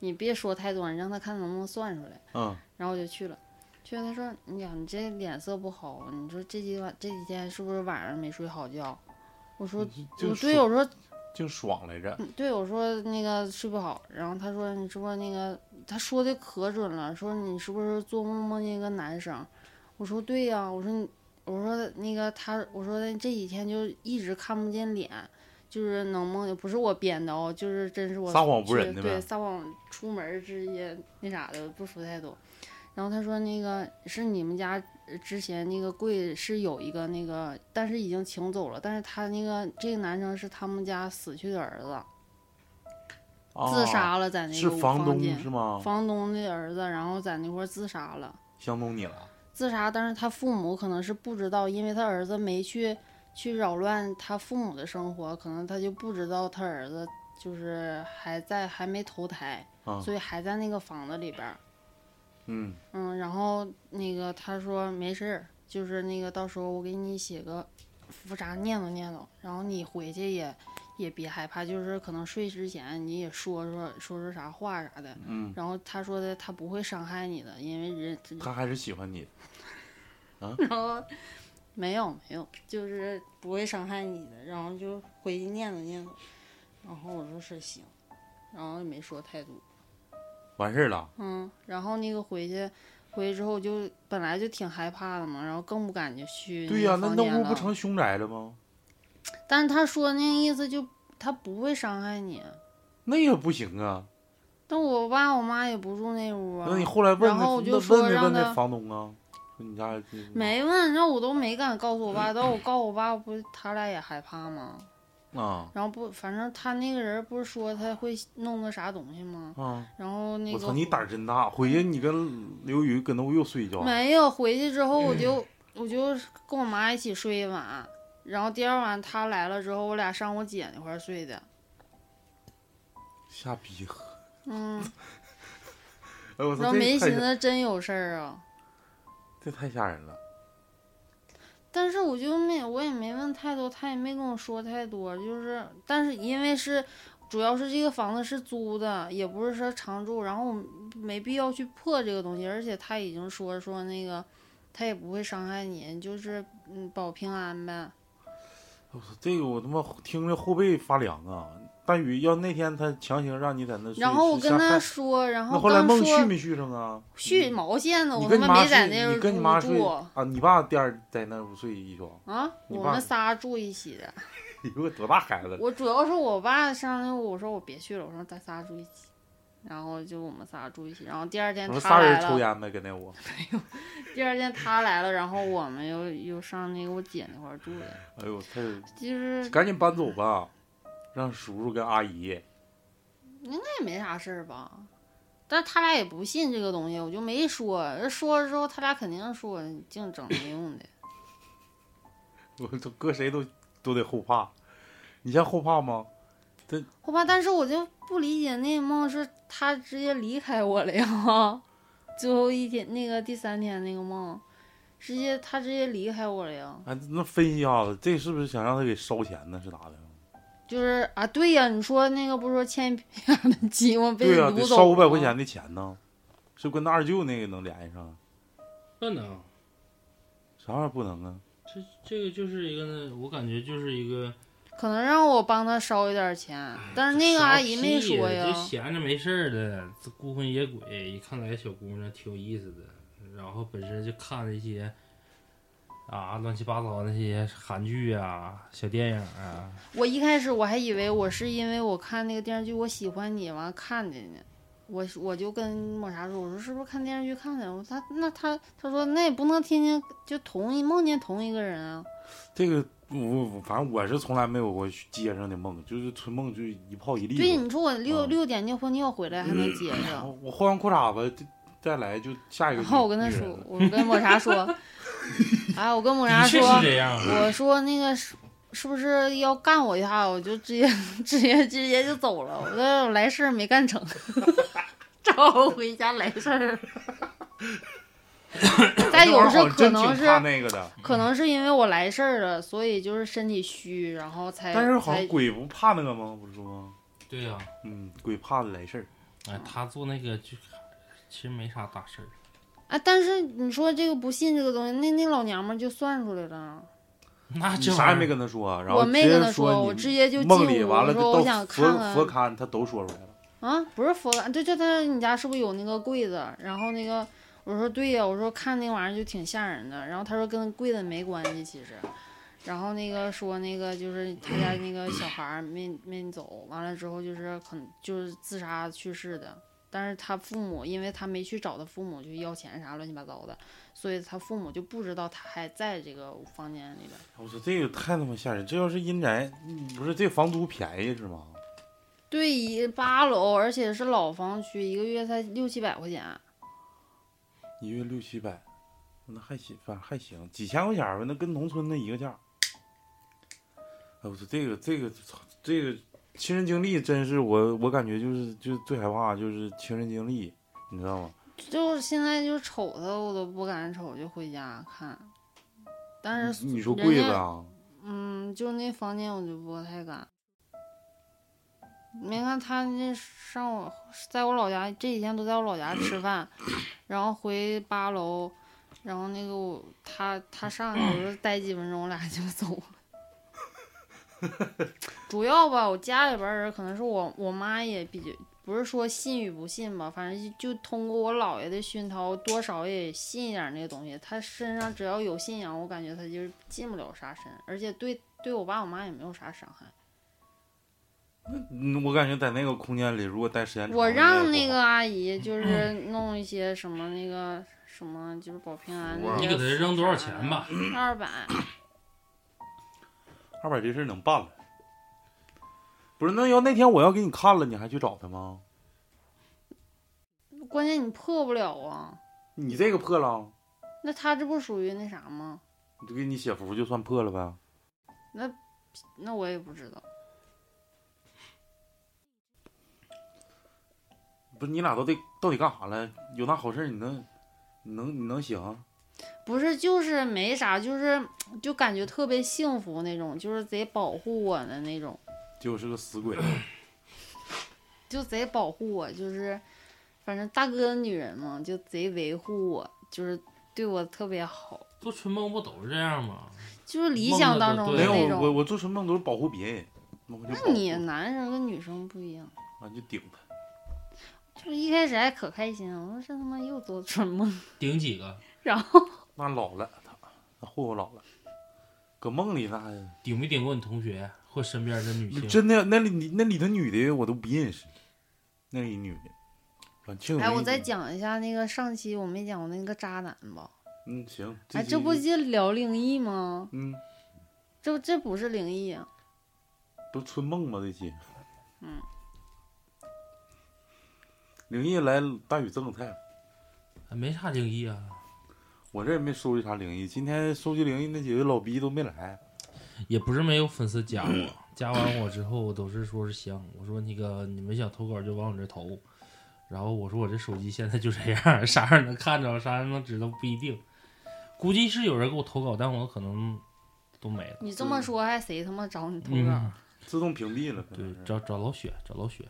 S3: 你别说太多，你让他看能不能算出来。
S2: 嗯，
S3: 然后我就去了。去了，他说：“你呀，你这脸色不好，啊你说这几晚这几天是不是晚上没睡好觉？”我说：“
S2: 嗯就
S3: 我对，
S2: 爽
S3: 我说
S2: 净爽来着，
S3: 嗯对，我说那个睡不好。”然后他说：“你是不是那个？”他说的可准了，说你是不是做梦梦见一个男生？我说：“对呀、我说你，我说那个他，我说这几天就一直看不见脸，就是能梦见，不是我编的哦，就是真是我
S2: 撒谎不
S3: 去
S2: 仁的
S3: 对，
S2: 呗，
S3: 撒谎出门儿直接那啥的，不说太多。然后他说那个是你们家呃之前那个柜是有一个那个，但是已经请走了，但是他那个这个男生是他们家死去的儿子，
S2: 啊
S3: 自杀了在那
S2: 是
S3: 个
S2: 房东
S3: 间，
S2: 是吗？
S3: 房东的儿子，然后在那块儿自杀了。
S2: 相中你了，
S3: 自杀，但是他父母可能是不知道，因为他儿子没去去扰乱他父母的生活，可能他就不知道他儿子就是还在还没投胎，
S2: 啊
S3: 所以还在那个房子里边儿。
S2: 嗯，
S3: 嗯，然后那个他说没事儿，就是那个到时候我给你写个复查念叨念叨，然后你回去也也别害怕，就是可能睡之前你也说说说说啥话啥的。
S2: 嗯。
S3: 然后他说的他不会伤害你的，因为人
S2: 他还是喜欢你，
S3: 然后没有没有，就是不会伤害你的，然后就回去念叨念叨，然后我说是行，然后也没说太多，
S2: 完事儿了，
S3: 嗯，然后那个回去。回去之后就本来就挺害怕的嘛，然后更不敢就去
S2: 对
S3: 个
S2: 呀，那
S3: 房
S2: 那
S3: 间
S2: 屋不
S3: 了
S2: 成凶宅了吗？
S3: 但是他说那意思就他不会伤害你，
S2: 那也不行啊，
S3: 但我爸我妈也不住那屋啊。
S2: 那你后来问
S3: 然
S2: 那
S3: 后我
S2: 那
S3: 就说
S2: 问没
S3: 让
S2: 问那
S3: 他
S2: 房东啊？说你家这
S3: 没问，那我都没敢告诉我爸，但我告诉我爸，不他俩也害怕吗？
S2: 啊
S3: 然后不，反正他那个人不是说他会弄个啥东西吗？
S2: 啊！
S3: 然后那个
S2: 我操，你胆儿啊真大！回去你跟刘宇搁那屋又睡一觉，
S3: 没有回去之后，我就、我就跟我妈一起睡一晚，然后第二晚他来了之后，我俩上我姐那块儿睡的。
S2: 瞎逼喝！
S3: 嗯，
S2: [laughs] 哎我
S3: 然
S2: 操，
S3: 后
S2: 这
S3: 没
S2: 太
S3: 寻思真有事儿啊，
S2: 这太吓人了。
S3: 但是我就没我也没问太多，他也没跟我说太多，就是但是因为是主要是这个房子是租的，也不是说常住，然后我没必要去破这个东西，而且他已经说说那个他也不会伤害你，就是嗯保平安呗。
S2: 我操，这个我他妈听着后背发凉啊！大宇要那天他强行让你在那睡，
S3: 然后我
S2: 是瞎
S3: 跟他
S2: 看
S3: 说，然
S2: 那
S3: 后
S2: 后来
S3: 刚
S2: 梦续
S3: 说
S2: 没续上啊？
S3: [laughs] 续毛线呢，
S2: 你
S3: 我他
S2: 跟你
S3: 妈
S2: 妈
S3: 没在
S2: 睡
S3: 那儿
S2: 你跟你妈
S3: 住
S2: 睡啊，你爸第二在那屋睡一宿，
S3: 啊，
S2: 你
S3: 我
S2: 爸
S3: 们仨住一起的。
S2: [laughs] 你我多大孩子了？
S3: 我主要是我爸商量，我说我别去了，我说咱仨住一起。然后就我们仨住一起，然后第二天
S2: 我们
S3: 他
S2: 仨人
S3: 来
S2: 抽
S3: 了，
S2: 烟呗，跟那屋。
S3: 第二天他来了，然后我们又又上那个我姐那块儿住的，
S2: 哎呦，太
S3: 就是
S2: 赶紧搬走吧，让叔叔跟阿姨。
S3: 那也没啥事儿吧。但他俩也不信这个东西，我就没说。说了之后，他俩肯定说你净整没用的。
S2: 我都搁谁都都得后怕，你像后怕吗？
S3: 好吧，但是我就不理解那梦是他直接离开我了呀。 [laughs] 最后一天那个第三天那个梦，直接他直接离开我了呀。
S2: 哎，那分析一下子，这是不是想让他给烧钱呢？是咋的？
S3: 就是啊，对呀、你说那个不是说欠别人的鸡吗？被
S2: 对呀、
S3: 掳
S2: 得
S3: 走
S2: 烧五百
S3: 了
S2: 块
S3: 吗
S2: 钱的钱呢，是不是跟他二舅那个能联系上？啊
S1: 不能，
S2: 啥玩意儿不能啊？
S1: 这这个就是一个，我感觉就是一个。
S3: 可能让我帮他烧一点钱，
S2: 哎
S3: 但是那个阿姨没说呀
S1: 就。闲着没事儿的，这孤魂野鬼，一看来小姑娘挺有意思的，然后本身就看那些啊乱七八糟那些韩剧啊、小电影啊，
S3: 我一开始我还以为我是因为我看那个电视剧《我喜欢你》完了看的呢，我我就跟抹茶说，我说是不是看电视剧看的？我他那他他说那也不能天天就同一梦见同一个人啊。
S2: 这个我我反正我是从来没有过接上的梦，就是春梦就一泡一
S3: 对，
S2: 粒子。
S3: 你说我六、
S2: 嗯
S3: 六点尿泡尿回来还
S2: [clears throat]
S3: 能接
S2: 然
S3: 上，
S2: 后我换完裤衩子再来就下一个
S3: 然
S2: 女。
S3: 后我跟他
S2: 女人
S3: 说
S2: 了，
S3: 我跟抹
S2: [laughs]
S3: 茶说，哎，我跟抹茶
S1: 的确
S3: 说，
S1: 是这样。
S3: 我说那个是是不是要干我一下？我就直接直接直接就走了。我说我来事儿没干成， [laughs] 正好回家来事儿。
S2: 那
S3: 再
S2: 玩意
S3: 有
S2: 儿
S3: 是
S2: 好像
S3: 可
S2: 真挺
S3: 能是
S2: 怕那个的，
S3: 可能是因为我来事儿了，所以就是身体虚，然后才
S2: 但是好像
S3: 才
S2: 鬼不怕那个吗？不是说吗？
S1: 对呀、
S2: 嗯，鬼怕来事儿。
S1: 哎，他做那个就其实没啥大事儿。
S3: 啊。但是你说这个不信这个东西，那那老娘们儿就算出来了，
S1: 那
S3: 啊
S2: 你
S1: 这
S2: 啥也
S1: 玩
S2: 没
S1: 意儿，
S2: 跟他说，啊然
S3: 我
S2: 后
S3: 没跟
S2: 直
S3: 她
S2: 接说
S3: 我
S2: 你
S3: 直接就进
S2: 梦里
S3: 屋
S2: 完了，
S3: 我
S2: 就
S3: 说
S2: 到
S3: 我想看看
S2: 佛佛龛他都说出来了。
S3: 啊，不是佛龛，对，就他你家是不是有那个柜子？然后那个我说对呀、我说看那玩意儿就挺吓人的。然后他说跟柜子没关系，其实。然后那个说那个就是他家那个小孩儿没没走，完了之后就是很就是自杀去世的。但是他父母，因为他没去找他父母去要钱啥乱七八糟的，所以他父母就不知道他还在这个房间里边。
S2: 我说这个太他妈吓人！这要是阴宅，嗯不是这房租便宜是吗？
S3: 对，一八楼，而且是老房区，一个月才六七百块钱。
S2: 一月六七百，那还行，反正还行，几千块钱儿吧，那跟农村那一个价儿。哎，我说这个这个操这个亲身经历真是我我感觉就是就是最害怕就是亲身经历，你知道吗？
S3: 就是现在就瞅他，我都不敢瞅，就回家看。但是，
S2: 你你说柜子
S3: 人
S2: 啊，
S3: 嗯，就那房间我就不太敢。没看他那上我在我老家这几天都在我老家吃饭，然后回八楼，然后那个我他他上去我就待几分钟，我俩就走了。 [laughs] 主要吧，我家里边儿人可能是我我妈也比较不是说信与不信吧，反正就就通过我姥爷的熏陶，多少也信一点那个东西。他身上只要有信仰，我感觉他就是进不了啥身，而且对对我爸我妈也没有啥伤害。
S2: 嗯，我感觉在那个空间里，如果待时间长了
S3: 我
S2: 应该不
S3: 让那
S2: 好
S3: 个阿
S1: [clears throat]
S3: 姨就是弄一些什么那个什么，就是保平安
S2: 我。
S1: 你给他扔多少钱吧？？
S3: 啊 [clears throat] 二百。
S2: 二百这事儿能办了。不是，那要那天我要给你看了，你还去找他吗？
S3: 关键你破不了啊，
S2: 你这个破了，
S3: 那他这不属于那啥吗？
S2: 我就给你写符就算破了呗。
S3: 那我也不知道。
S2: 不是你俩到底到底干啥了？有那好事儿你能你能你能行？
S3: 不是，就是没啥，就是就感觉特别幸福那种，就是贼保护我的那种，
S2: 结果是个死鬼，
S3: 就贼保护我，就是反正大哥女人嘛，就贼维护我，就是对我特别好，
S1: 做春梦不都是这样吗？
S3: 就是理想当中
S1: 梦
S3: 的
S2: 没
S1: 里
S2: 有
S1: 都对
S2: 我
S3: 那
S2: 我
S3: 种。
S2: 我做春梦都是保护别人，那我就保
S3: 那
S2: 护
S3: 你男生跟女生不一样，
S2: 完就顶他。
S3: 就是一开始还可开心，我说这他妈又做春梦，
S1: 顶几个？
S3: 然后
S2: 那老了他，那霍霍老了，搁梦里那
S1: 顶没顶过你同学或身边的女性？
S2: 真的那里那里头女的我都不认识，那里女的反正
S3: 哎，我再，讲一下那个上期我没讲过那个渣男吧？
S2: 嗯，行，
S3: 哎，
S2: 期
S3: 这不就聊灵异吗？
S2: 嗯，
S3: 这这不是灵异啊？
S2: 不是春梦吗？这期，
S3: 嗯，
S2: [laughs] 灵异来大宇赠菜，
S1: 哎没啥灵异啊，
S2: 我这也没收集啥灵异，今天收集灵异那几位老逼都没来，
S1: 也不是没有粉丝加我， [clears throat] 加完我之后我都是说是行，我说那个你们想投稿就往我这投，然后我说我这手机现在就这样， [laughs] 啥人能看着，啥人能知道不一定，估计是有人给我投稿，但我可能都没了。
S3: 你这么说还谁他妈找你投啊稿？
S1: 嗯，
S2: 自动屏蔽了。可
S1: 对
S2: 能，是
S1: 找找老雪，找老雪，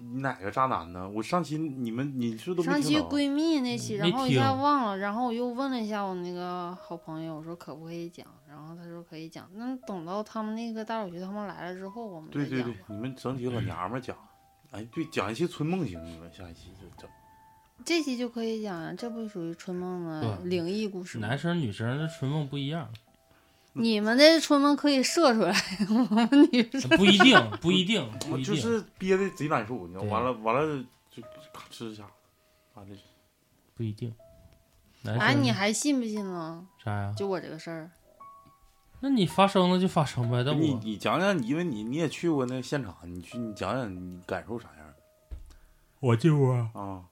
S2: 你哪个渣男呢？我上期你们你是不是都
S3: 上
S2: 没
S3: 期
S2: 听到？啊
S3: 闺蜜那期，
S1: 嗯
S3: 然
S1: 没
S3: 后一下
S1: 听
S3: 忘了，然后我又问了一下我那个好朋友，我说可不可以讲，然后他说可以讲。那等到他们那个大小学他们来了之后，我们再
S2: 对对
S3: 讲
S2: 对
S3: 吧。，
S2: 你们整体老娘们儿讲，哎，对，讲一期春梦行，你们下一期就整。
S3: 这期就可以讲呀，这不属于春梦的
S1: 对
S3: 灵异故事吗
S1: 男？生女生这春梦不一
S3: [laughs]
S1: 样，
S2: 嗯
S3: 你们的春梦可以射出来， [laughs] 我们女生
S1: 不一定，不一定，不
S2: 我
S1: 一
S2: 就
S1: 定，
S2: 是憋的贼难受，你知道，
S1: 对
S2: 完了完了就咔吃一下，完了就
S1: 不一定。男
S3: 哎，
S1: 生
S3: 你还信不信了？
S1: 啥呀？
S3: 就我这个事儿，
S1: 那你发生了就发生呗，但
S2: 你
S1: 我
S2: 你讲讲，因为你你也去过那个现场，你去你讲讲你感受啥样
S1: 我进屋啊，
S2: 啊？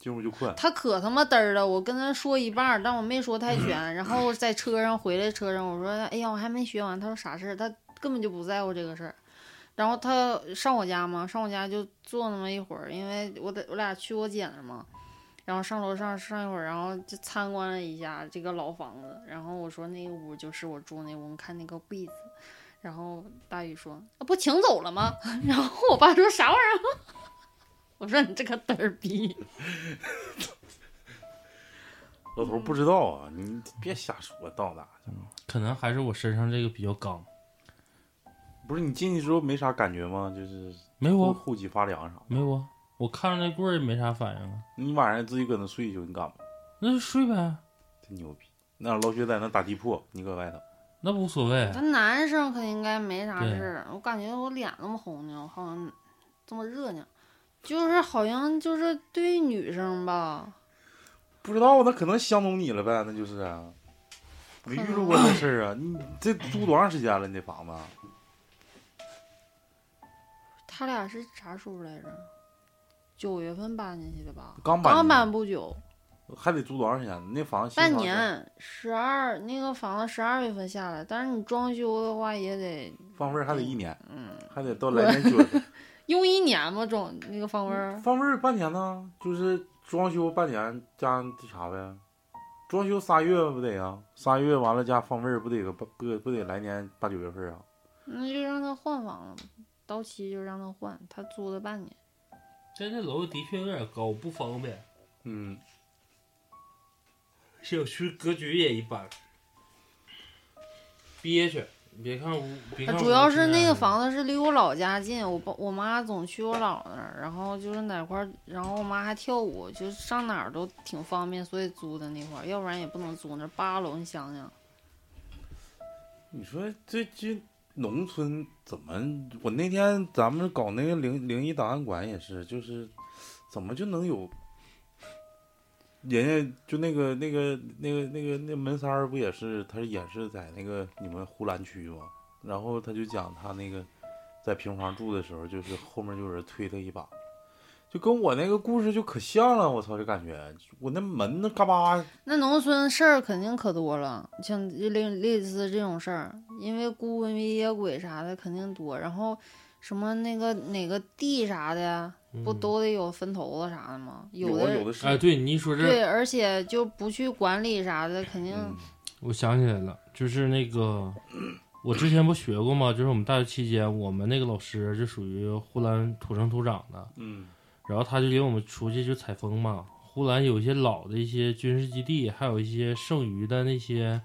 S2: 进屋就困，
S3: 他可他妈嘚儿了。我跟他说一半儿，但我没说太全。然后在车上回来，车上我说：“哎呀，我还没学完。”他说：“啥事儿？”他根本就不在乎这个事儿。然后他上我家嘛，上我家就坐那么一会儿，因为我得我俩去我姐那儿嘛。然后上楼上上一会儿，然后就参观了一下这个老房子。然后我说那个屋就是我住那屋，你看那个柜子。然后大宇说：“啊、不请走了吗？” [laughs] 然后我爸说：“啥玩意儿？”啊 [laughs] 我说：“你这个嘚儿逼。”
S2: 老头儿
S3: 嗯
S2: 不知道啊，你别瞎说，到哪去
S1: 可能还是我身上这个比较刚，
S2: 不是你进去之后没啥感觉吗？就是
S1: 没有
S2: 后
S1: 啊，
S2: 后脊发凉啥的？
S1: 没有啊，我看着那棍儿也没啥反应啊，
S2: 你晚上自己搁那睡一宿，你敢吗？
S1: 那就睡呗，
S2: 真牛逼！那老雪在那打地铺，你搁外头，
S1: 那无所谓
S3: 他。男生可应该没啥
S1: 哎对
S3: 事儿，我感觉我脸那么红呢，我好像这么热呢，就是好像就是对于女生吧，
S2: 不知道那可能相中你了呗，那就是啊。没遇着过这事儿啊！你 [clears throat] 这租多长时间了？你这房子
S3: 他俩是啥时候来着？九月份搬进去的吧，
S2: 刚搬进
S3: 刚
S2: 去
S3: 搬不久，
S2: 还得租多长时间？那房子新
S3: 半
S2: 房子
S3: 年，十二那个房子十二月份下来，但是你装修的话也得
S2: 放味儿还得一年，
S3: 嗯，
S2: 还得到来年九月份。
S3: 用一年嘛，装那个
S2: 嗯
S3: 方位儿。
S2: 放味儿半年呢，就是装修半年加那啥呗，装修仨月不得啊？仨月完了加放味儿不得个不不不得来年八九月份啊？
S3: 那就让他换房了，到期就让他换，他租了半年。
S1: 这这楼的确有点高，不方便。
S2: 嗯，
S1: 小区格局也一般，憋屈。你别看屋，别
S3: 它
S1: 看
S3: 呃主要是那
S1: 啊
S3: 个房子是离我老家近，我爸我妈总去我姥那儿，然后就是哪块儿，然后我妈还跳舞，就是上哪儿都挺方便，所以租的那块儿，要不然也不能租那儿八楼，你想想，
S2: 你说这这农村怎么？我那天咱们搞那个灵灵异档案馆也是，就是怎么就能有人家就那个那个那个那个那门三儿不也是他也是在那个你们呼兰区吗？然后他就讲他那个在平房住的时候，就是后面就有人推他一把。就跟我那个故事就可像了，我操，这感觉，我那门那嘎巴，
S3: 那农村事儿肯定可多了，像类类似这种事儿，因为孤魂野鬼啥的肯定多，然后什么那个哪个地啥的，不
S1: 嗯
S3: 都得有坟头子啥的吗？有
S2: 啊有
S3: 的
S2: 的是，
S1: 哎，对你一说这，
S3: 对，而且就不去管理啥的，肯定、
S2: 嗯，
S1: 我想起来了，就是那个我之前不学过吗？就是我们大学期间，我们那个老师就属于呼兰土生土长的，
S2: 嗯，
S1: 然后他就领我们出去就采风嘛。呼兰有一些老的一些军事基地，还有一些剩余的那些，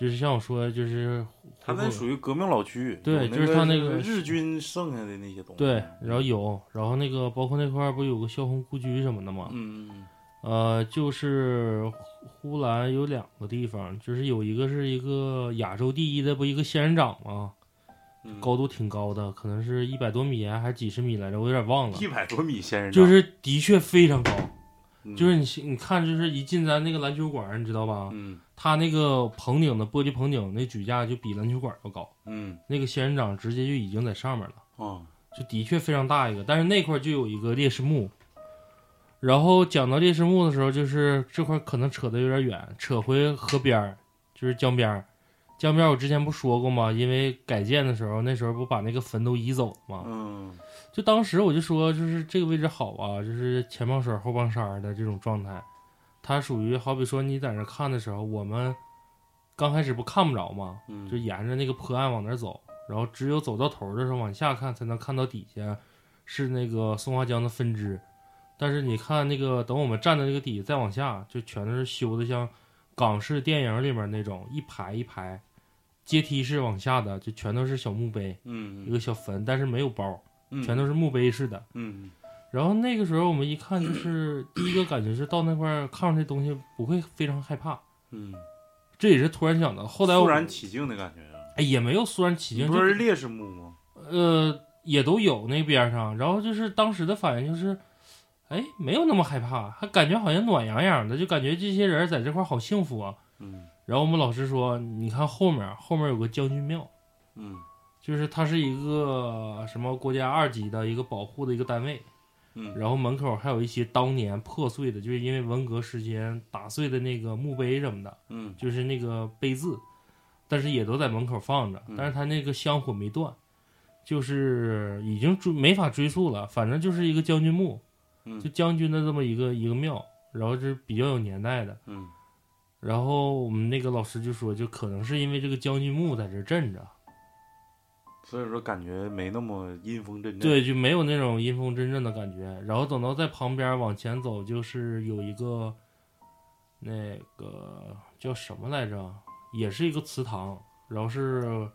S1: 就是像我说的，就是
S2: 他那属于革命老区，
S1: 对
S2: 有
S1: 就是他那
S2: 个
S1: 个
S2: 日军剩下的那些东西。啊
S1: 对，然后有，然后那个包括那块儿不有个萧红故居什么的吗？
S2: 嗯，
S1: 呃，就是呼兰有两个地方，就是有一个是一个亚洲第一的，不一个仙人掌吗？
S2: 嗯
S1: 高度挺高的，可能是一百多米啊还是几十米来着，我有点忘了
S2: 一。百多米仙人掌，
S1: 就是的确非常高，
S2: 嗯
S1: 就是你你看，就是一进咱那个篮球馆儿，你知道吧？
S2: 嗯
S1: 它那个棚顶的玻璃棚顶那举架就比篮球馆儿要高，
S2: 嗯
S1: 那个仙人掌直接就已经在上面了。
S2: 哦
S1: 就的确非常大一个，但是那块儿就有一个烈士墓。然后讲到烈士墓的时候，就是这块儿可能扯得有点远，扯回河边儿，就是江边儿。江边儿我之前不说过吗？因为改建的时候，那时候不把那个坟都移走了吗？
S2: 嗯
S1: 就当时我就说，就是这个位置好啊，就是前傍水后傍山儿的这种状态，它属于好比说你在那儿看的时候，我们刚开始不看不着吗？
S2: 嗯
S1: 就沿着那个坡岸往那儿走，然后只有走到头儿的时候往下看，才能看到底下是那个松花江的分支。但是你看那个，等我们站在那个底再往下，就全都是修的像港式电影里面那种一排一排阶梯式往下的，就全都是小墓碑，一
S2: 嗯
S1: 个小坟，但是没有包，
S2: 嗯
S1: 全都是墓碑似的。
S2: 嗯
S1: 然后那个时候我们一看，就是第一个感觉是到那块儿看上这东西不会非常害怕，
S2: 嗯，
S1: 这也是突然想到。后来我
S2: 突然起劲的感觉啊，
S1: 哎也没有肃然起
S2: 你
S1: 敬，
S2: 不
S1: 就是
S2: 烈士墓吗？
S1: 呃，也都有那边上。然后就是当时的反应就是，哎，没有那么害怕，还感觉好像暖洋洋的，就感觉这些人在这块儿好幸福啊。
S2: 嗯
S1: 然后我们老师说，你看后面，后面有个将军庙，
S2: 嗯
S1: 就是它是一个什么国家二级的一个保护的一个单位。
S2: 嗯
S1: 然后门口还有一些当年破碎的，就是因为文革时间打碎的那个墓碑什么的，
S2: 嗯
S1: 就是那个碑字，但是也都在门口放着
S2: 嗯，
S1: 但是他那个香火没断，就是已经追没法追溯了，反正就是一个将军墓，
S2: 嗯
S1: 就将军的这么一个一个庙，然后是比较有年代的。
S2: 嗯
S1: 然后我们那个老师就说，就可能是因为这个将军墓在这镇着，
S2: 所以说感觉没那么阴风阵阵。，
S1: 对，就没有那种阴风阵阵的感觉。然后等到在旁边往前走，就是有一个那个叫什么来着，也是一个祠堂，然后是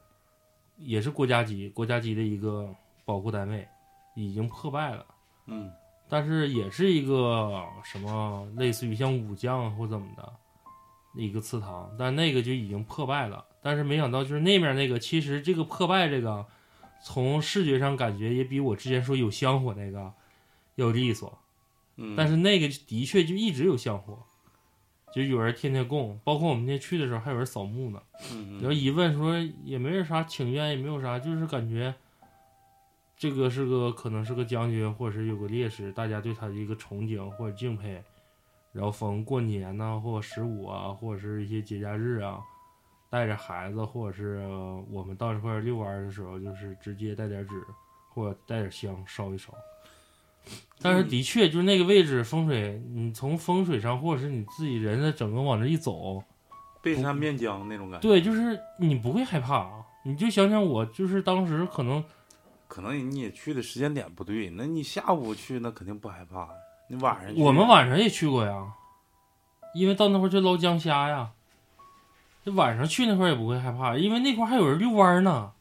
S1: 也是国家级国家级的一个保护单位，已经破败了，
S2: 嗯
S1: 但是也是一个什么类似于像武将或怎么的一个祠堂，但那个就已经破败了。但是没想到就是那面那个，其实这个破败这个，从视觉上感觉也比我之前说有香火那个要利索，
S2: 嗯，
S1: 但是那个的确就一直有香火。就有人天天供，包括我们那天去的时候还有人扫墓呢。
S2: 嗯
S1: 然后
S2: 嗯
S1: 一问说也没有啥请愿，也没有啥，就是感觉这个是个可能是个将军，或者是有个烈士，大家对他的一个崇敬或者敬佩。然后逢过年呐、或十五啊，或者是一些节假日啊，带着孩子或者是我们到这块儿遛弯儿的时候，就是直接带点纸或者带点香烧一烧。但是的确，就是那个位置风水，你从风水上，或者是你自己人的整个往这一走，
S2: 背山面江那种感觉。
S1: 对，就是你不会害怕啊，你就想想我，就是当时可能
S2: 可能你也去的时间点不对，那你下午去那肯定不害怕，你晚上去
S1: 我们晚上也去过呀，因为到那块儿就捞江虾呀，就晚上去那块儿也不会害怕，因为那块儿还有人遛弯儿呢，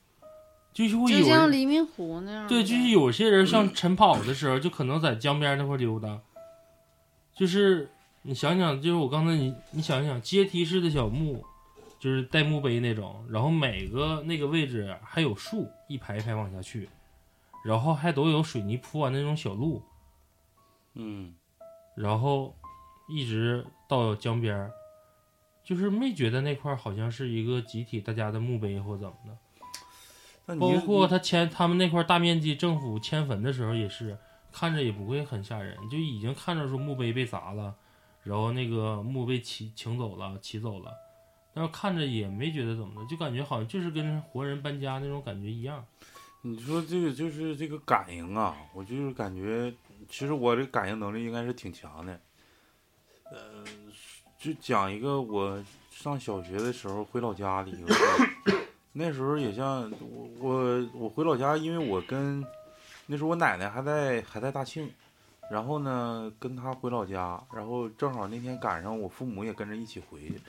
S1: 就是会
S3: 就
S1: 有
S3: 像
S1: 人
S3: 黎明湖那样的。
S1: 对，就是有些人像晨跑的时候，就可能在江边那块溜达。就是你想想，就是我刚才你你想想，阶梯式的小木，就是带墓碑那种，然后每个那个位置还有树，一排一排往下去，然后还都有水泥铺啊完那种小路，
S2: 嗯
S1: 然后一直到江边儿，就是没觉得那块儿好像是一个集体大家的墓碑或怎么的。
S2: 那你
S1: 包括
S2: 他
S1: 他迁他们那块儿大面积政府迁坟的时候也是，看着也不会很吓人，就已经看着说墓碑被砸了，然后那个墓被骑请走了，骑走了，但是看着也没觉得怎么的，就感觉好像就是跟活人搬家那种感觉一样。
S2: 你说这个就是这个感应啊，我就是感觉，其实我这感应能力应该是挺强的。呃，就讲一个我上小学的时候回老家的一个事儿那时候也像我我我回老家，因为我跟那时候我奶奶还在还在大庆，然后呢跟她回老家，然后正好那天赶上我父母也跟着一起回去，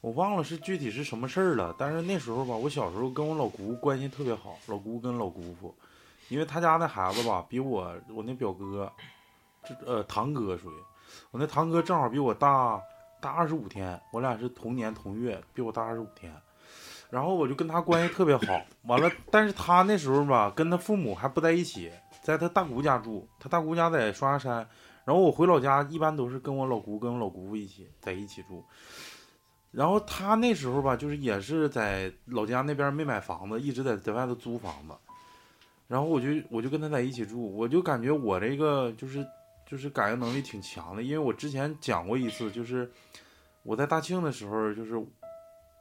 S2: 我忘了是具体是什么事儿了，但是那时候吧，我小时候跟我老姑关系特别好，老姑跟老姑父，因为他家那孩子吧比我我那表哥，这呃堂哥属于，我那堂哥正好比我大大二十五天，我俩是同年同月，比我大二十五天。然后我就跟他关系特别好。完了，但是他那时候吧，跟他父母还不在一起，在他大姑家住。他大姑家在双鸭山，然后我回老家一般都是跟我老姑跟我老姑父一起在一起住。然后他那时候吧，就是也是在老家那边没买房子，一直在在外头租房子。然后我就我就跟他在一起住，我就感觉我这个就是就是感应能力挺强的，因为我之前讲过一次，就是我在大庆的时候，就是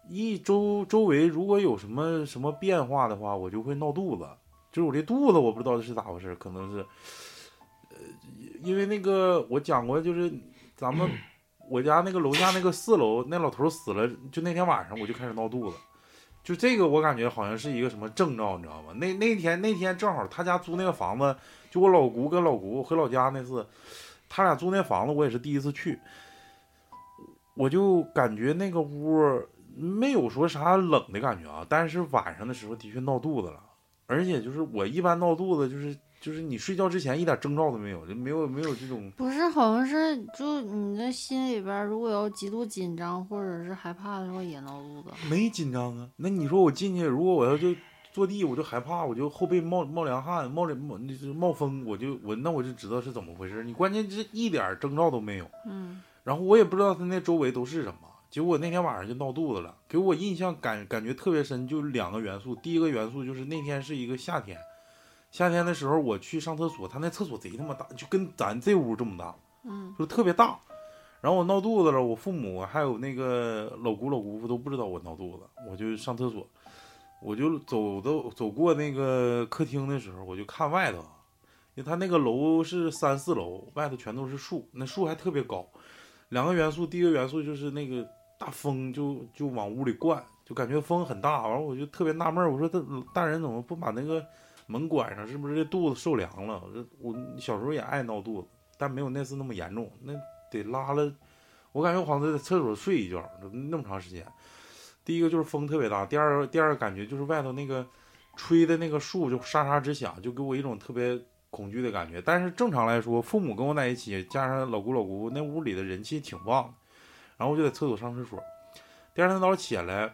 S2: 一周周围如果有什么什么变化的话，我就会闹肚子，就是我这肚子我不知道是咋回事，可能是呃，因为那个我讲过，就是咱们我家那个楼下那个四楼那老头死了，就那天晚上我就开始闹肚子。就这个，我感觉好像是一个什么征兆，你知道吗？那那天那天正好他家租那个房子，就我老姑跟老姑回老家那次，他俩租那房子，我也是第一次去，我就感觉那个屋没有说啥冷的感觉啊，但是晚上的时候的确闹肚子了，而且就是我一般闹肚子就是就是你睡觉之前一点征兆都没有，就没有没有这种
S3: 不是，好像是就你的心里边儿，如果要极度紧张或者是害怕的时候也闹肚子。
S2: 没紧张啊。那你说我进去，如果我要就坐地，我就害怕，我就后背冒冒凉汗，冒凉冒就是冒风，我就我那我就知道是怎么回事。你关键是一点征兆都没有，
S3: 嗯，
S2: 然后我也不知道他那周围都是什么。结果那天晚上就闹肚子了，给我印象感感觉特别深，就两个元素。第一个元素就是那天是一个夏天，夏天的时候我去上厕所，他那厕所贼他妈大，就跟咱这屋这么大。
S3: 嗯，
S2: 就特别大。然后我闹肚子了，我父母还有那个老姑老姑父都不知道我闹肚子，我就上厕所，我就走到走过那个客厅的时候，我就看外头，因为他那个楼是三四楼，外头全都是树，那树还特别高。两个元素，第一个元素就是那个大风就就往屋里灌，就感觉风很大。完了我就特别纳闷儿，我说这大人怎么不把那个门关上？是不是这肚子受凉了？我这我小时候也爱闹肚子。但没有那次那么严重，那得拉了，我感觉我好像在厕所睡一觉，那么长时间。第一个就是风特别大，第二第二个感觉就是外头那个吹的那个树就沙沙直响，就给我一种特别恐惧的感觉。但是正常来说，父母跟我在一起，加上老姑老姑，那屋里的人气挺旺的。然后我就在厕所上厕所，第二天早上起来，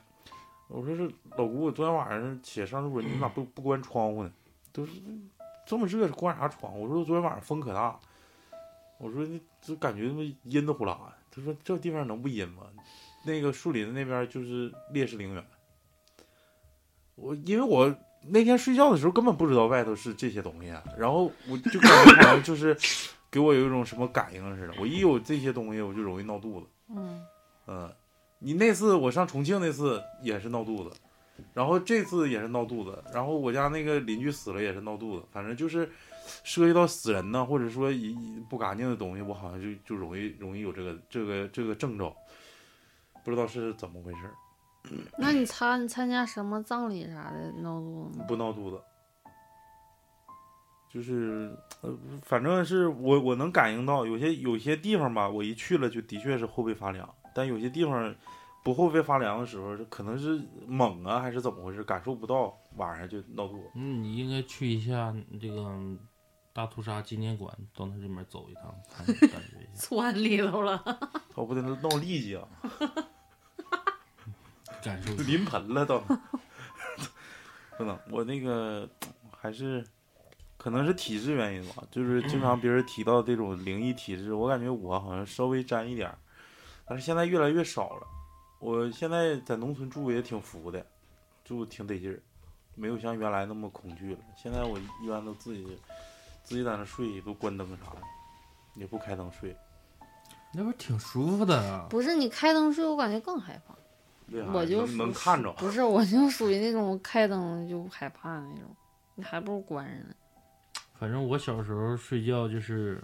S2: 我说是老姑，我昨天晚上起来上厕所，你咋不不关窗户呢？都是这么热，关啥窗户？我说昨天晚上风可大。我说那就感觉他妈阴的呼啦的。他说这地方能不阴吗？那个树林子那边就是烈士陵园。我因为我那天睡觉的时候根本不知道外头是这些东西啊，然后我就感觉好像就是给我有一种什么感应似的。我一有这些东西，我就容易闹肚子。
S3: 嗯，
S2: 嗯，你那次我上重庆那次也是闹肚子，然后这次也是闹肚子，然后我家那个邻居死了也是闹肚子，反正就是涉及到死人呢，或者说一一不干净的东西，我好像就就容易容易有这个这个这个征兆，不知道是怎么回事儿，
S3: 那你参参加什么葬礼啥的闹肚 [laughs] 子吗？
S2: 不闹肚子。就是，呃，反正是我我能感应到，有些有些地方吧，我一去了就的确是后背发凉，但有些地方不后背发凉的时候，可能是猛啊还是怎么回事，感受不到，晚上就闹肚子。
S1: 嗯，你应该去一下这个大屠杀纪念馆，到那里面走一趟，看感觉一下，
S3: 窜里头了，
S2: 哦，不对，闹痢疾啊，
S1: [laughs] 感受一下。
S2: 临盆了都。 [laughs] 真的，我那个还是可能是体质原因吧，就是经常别人提到这种灵异体质，我感觉我好像稍微沾一点儿，但是现在越来越少了。我现在在农村住也挺服的，住挺得劲儿，没有像原来那么恐惧了。现在我一般都自己自己在那睡，都关灯啥的，也不开灯睡。
S1: 那边挺舒服的 [laughs] 啊，
S3: 不是你开灯睡，我感觉更害怕。
S2: 为啥
S3: 我就
S2: 能能
S3: 属
S2: 看着，
S3: 不是，我就属于那种开灯就害怕的那种，你还不如关上呢。
S1: 反正我小时候睡觉就是，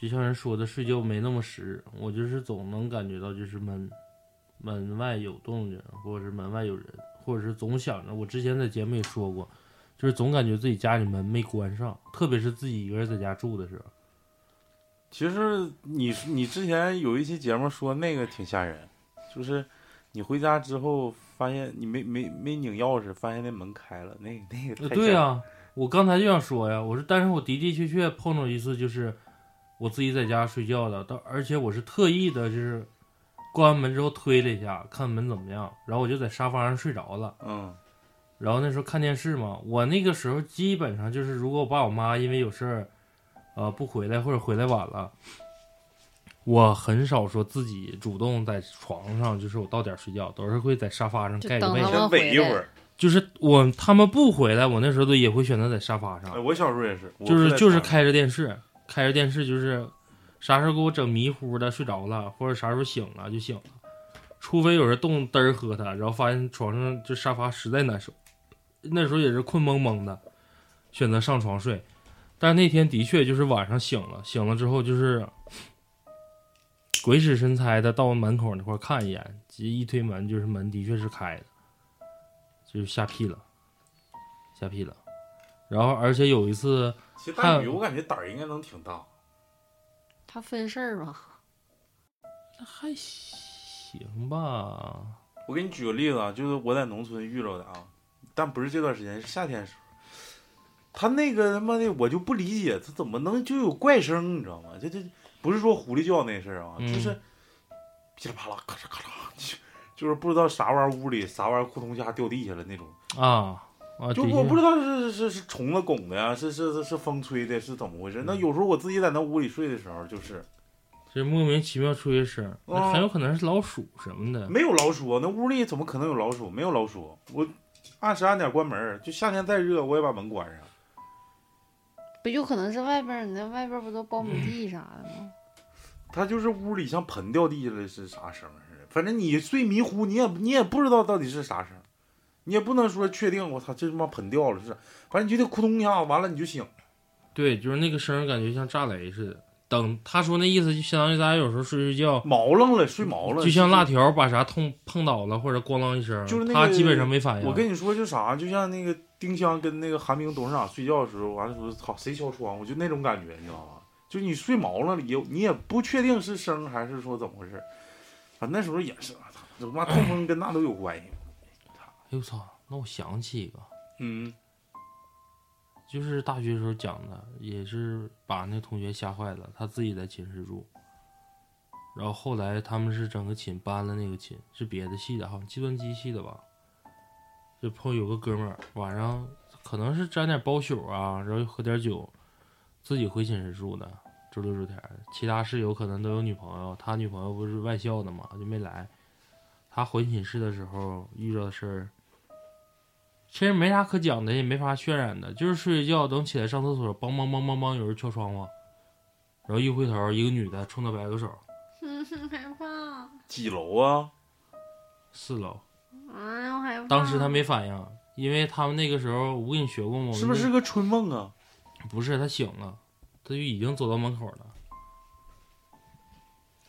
S1: 就像人说的，睡觉没那么实，我就是总能感觉到就是门门外有动静，或者是门外有人，或者是总想着我之前在节目里说过，就是总感觉自己家里门没关上，特别是自己一个人在家住的时候。
S2: 其实你你之前有一期节目说那个挺吓人，就是你回家之后发现你没没没拧钥匙，发现那门开了，那那个
S1: 呃，
S2: 太
S1: 对
S2: 吓
S1: 呀、
S2: 人，
S1: 我刚才就想说呀，我说，但是我的的确确碰着一次，就是我自己在家睡觉的，到而且我是特意的，就是关完门之后推了一下，看门怎么样，然后我就在沙发上睡着了。
S2: 嗯
S1: 然后那时候看电视嘛，我那个时候基本上就是，如果我爸我妈因为有事儿，呃，不回来或者回来晚了，我很少说自己主动在床上，就是我到点儿睡觉，都是会在沙发上
S3: 就
S1: 盖个
S3: 等
S1: 被
S3: 他
S1: 子
S3: 们。
S2: 先
S3: 回
S2: 稳一
S3: 来
S2: 会儿。
S1: 就是我他们不回来，我那时候都也会选择在沙发上
S2: 哎，我小时候也是，我
S1: 就是
S2: 在
S1: 就是
S2: 床上
S1: 开着电视，开着电视就是啥时候给我整迷糊的睡着了，或者啥时候醒了就醒了，除非有人动嘚儿喝他，然后发现床上就沙发实在难受，那时候也是困蒙蒙的，选择上床睡。但那天的确就是晚上醒了，醒了之后就是 [sniffs] 鬼使神差的到门口那块儿看一眼，一推门就是门的确是开的，就是吓屁了，吓屁了。然后而且有一次。
S2: 其实大
S1: 看
S2: 宇，我感觉胆儿应该能挺大。
S3: 他分事儿吧？
S1: 还行吧，
S2: 我给你举个例子啊，就是我在农村遇着的啊，但不是这段时间，是夏天时候。他那个他妈的，我就不理解，他怎么能就有怪声，你知道吗？这这不是说狐狸叫那事儿啊，
S1: 嗯
S2: 就是噼里啪啦、咔嚓咔嚓，就就是不知道啥玩意儿屋里啥玩意儿裤筒下掉地下了那种。
S1: 啊啊，
S2: 就
S1: 的
S2: 我
S1: 确
S2: 不知道是是是虫子拱的呀，是是是是风吹的，是怎么回事？那
S1: 嗯
S2: 有时候我自己在那屋里睡的时候，就是
S1: 这莫名其妙出一声，那
S2: 啊
S1: 很有可能是老鼠什么的。
S2: 没有老鼠啊，那屋里怎么可能有老鼠？没有老鼠，我按时按点关门儿，就夏天再热我也把门关上。
S3: 不有可能是外边儿？你那外边儿不都苞米地啥的吗？
S2: 它就是屋里像盆掉地下了是啥声儿似的，反正你睡迷糊，你也你也不知道到底是啥声儿，你也不能说确定。我操，这他妈盆掉了是啥，反正你就得扑通一下，完了你就醒。
S1: 对，就是那个声儿，感觉像炸雷似的。等他说那意思，就相当于大家有时候睡睡觉，
S2: 毛愣了，睡毛了，
S1: 就像辣条把啥痛碰倒了，或者咣啷一声，
S2: 就是那
S1: 他
S2: 个
S1: 基本上没反应。
S2: 我跟你说，就啥，就像那个丁香跟那个韩冰董事长睡觉的时候，完了说操谁敲窗户，就那种感觉，你知道吗？就你睡毛了，也你也不确定是声还是说怎么回事。啊，那时候也是，我操，这他妈痛风跟那都有关系。
S1: 哎呦我操，那我想起一个，
S2: 嗯
S1: 就是大学时候讲的，也是把那同学吓坏了，他自己在寝室住。然后后来他们是整个寝搬了那个寝，是别的系的，好像计算机系的吧。就碰有个哥们儿晚上可能是沾点包宿啊，然后又喝点酒，自己回寝室住的，周六周天儿。其他室友可能都有女朋友，他女朋友不是外校的嘛，就没来。他回寝室的时候遇到的事儿，其实没啥可讲的，也没啥渲染的，就是睡一觉，等起来上厕所，梆梆梆梆梆，有人敲窗户，然后一回头，一个女的冲他摆个手，
S3: 嗯， [laughs] 害怕。
S2: 几楼啊？
S1: 四楼，
S3: 哎呦，害怕。
S1: 当时他没反应，因为他们那个时候，我跟你学过吗？
S2: 是不是个春梦啊？
S1: 不是，他醒了，他就已经走到门口了，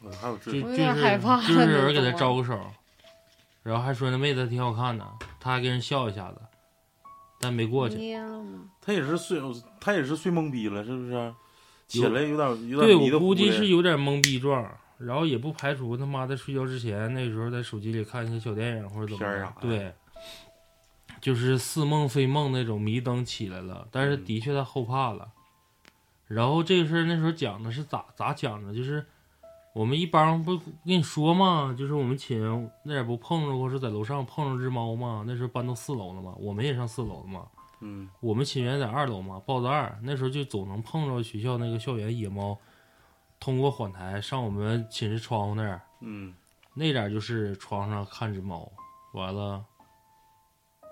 S2: 我还有这
S1: 就
S3: 我
S1: 就
S3: 有
S1: 是
S3: 点害怕
S1: 就是有人给他
S3: 那种
S1: 招个手，然后还说那妹子挺好看的，他还跟人笑一下子，但没过去。
S3: 蔫了吗？
S2: 他也是睡，他也是睡懵逼了，是不是？起
S1: 有
S2: 来有点有
S1: 对
S2: 点迷
S1: 我
S2: 的糊
S1: 估计
S2: 的。
S1: 是有点懵逼状，然后也不排除他妈在睡觉之前那时候在手机里看一些小电影或者怎么
S2: 片儿
S1: 样
S2: 啥的
S1: 对，就是似梦非梦那种迷瞪起来了，但是
S2: 嗯
S1: 的确他后怕了。然后这个事儿那时候讲的是咋咋讲的，就是我们一帮不跟你说嘛，就是我们寝那点不碰着过是在楼上碰着只猫嘛，那时候搬到四楼了嘛，我们也上四楼了嘛。
S2: 嗯，
S1: 我们寝园在二楼嘛，豹子二，那时候就总能碰着学校那个校园野猫，通过缓台上我们寝室窗户那儿，
S2: 嗯
S1: 那点儿就是窗上看只猫，完了，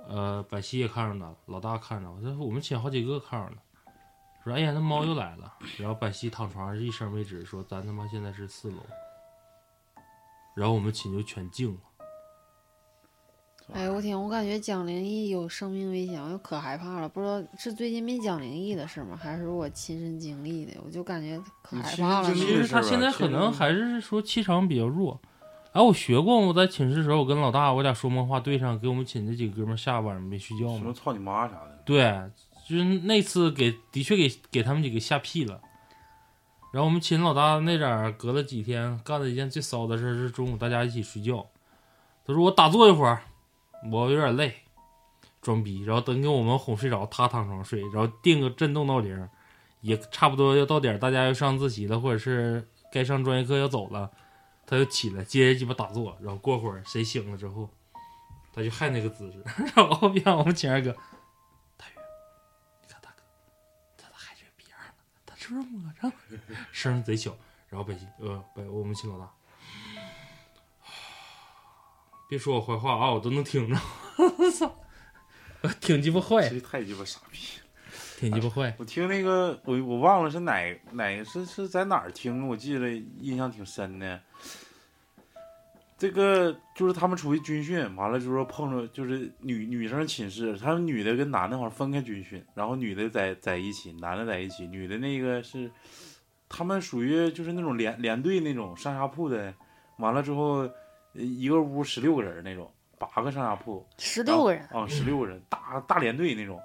S1: 呃，百西也看着了，老大看着了，这我们寝好几个看着了，说哎呀，那猫又来了，然后百西躺床上一声没吱，说咱他妈现在是四楼，然后我们寝就全静了，
S3: 哎呦我天！我感觉讲灵异有生命危险，我就可害怕了。不知道是最近没讲灵异的事吗？还是我亲身经历的？我就感觉可
S2: 你
S3: 害
S2: 亲
S3: 怕了
S2: 身
S3: 呢。
S2: 经
S1: 其
S2: 历
S1: 实他现在可能还是说气场比较弱。哎，我学过，我在寝室的时候，我跟老大我俩说梦话对上，给我们寝那几个哥们儿吓晚上没睡觉
S2: 什么
S1: 嘛。
S2: 操你妈啥的，
S1: 对，就是那次给的确给给他们几个吓屁了。然后我们寝老大那阵儿隔了几天干了一件最骚的事儿，是中午大家一起睡觉，他说我打坐一会儿，我有点累，装逼，然后等给我们哄睡着，他躺床睡，然后定个震动闹铃儿，也差不多要到点儿，大家要上自习了，或者是该上专业课要走了，他就起来接着鸡巴打坐，然后过会儿谁醒了之后，他就还那个姿势， [laughs] 然后别让我们前儿哥，大宇，你看大哥，他咋还这逼样呢？他是不是摸上了？声儿贼小，然后北京呃北我们秦老大， [sighs] 别说我坏话啊，我都能听着， [laughs] 操，挺鸡巴坏
S2: 其，实太鸡巴傻逼了。
S1: 挺鸡巴坏，
S2: 我听那个，我我忘了是哪哪是是在哪儿听的，我记得印象挺深的。这个就是他们出去军训，完了之后碰着就是女女生寝室，他们女的跟男的好像分开军训，然后女的在在一起，男的在一起，女的那个是他们属于就是那种连连队那种上下铺的，完了之后呃一个屋十六个人那种，八个上下铺，
S3: 十六个人，
S2: 啊，十六个人，大大连队那种，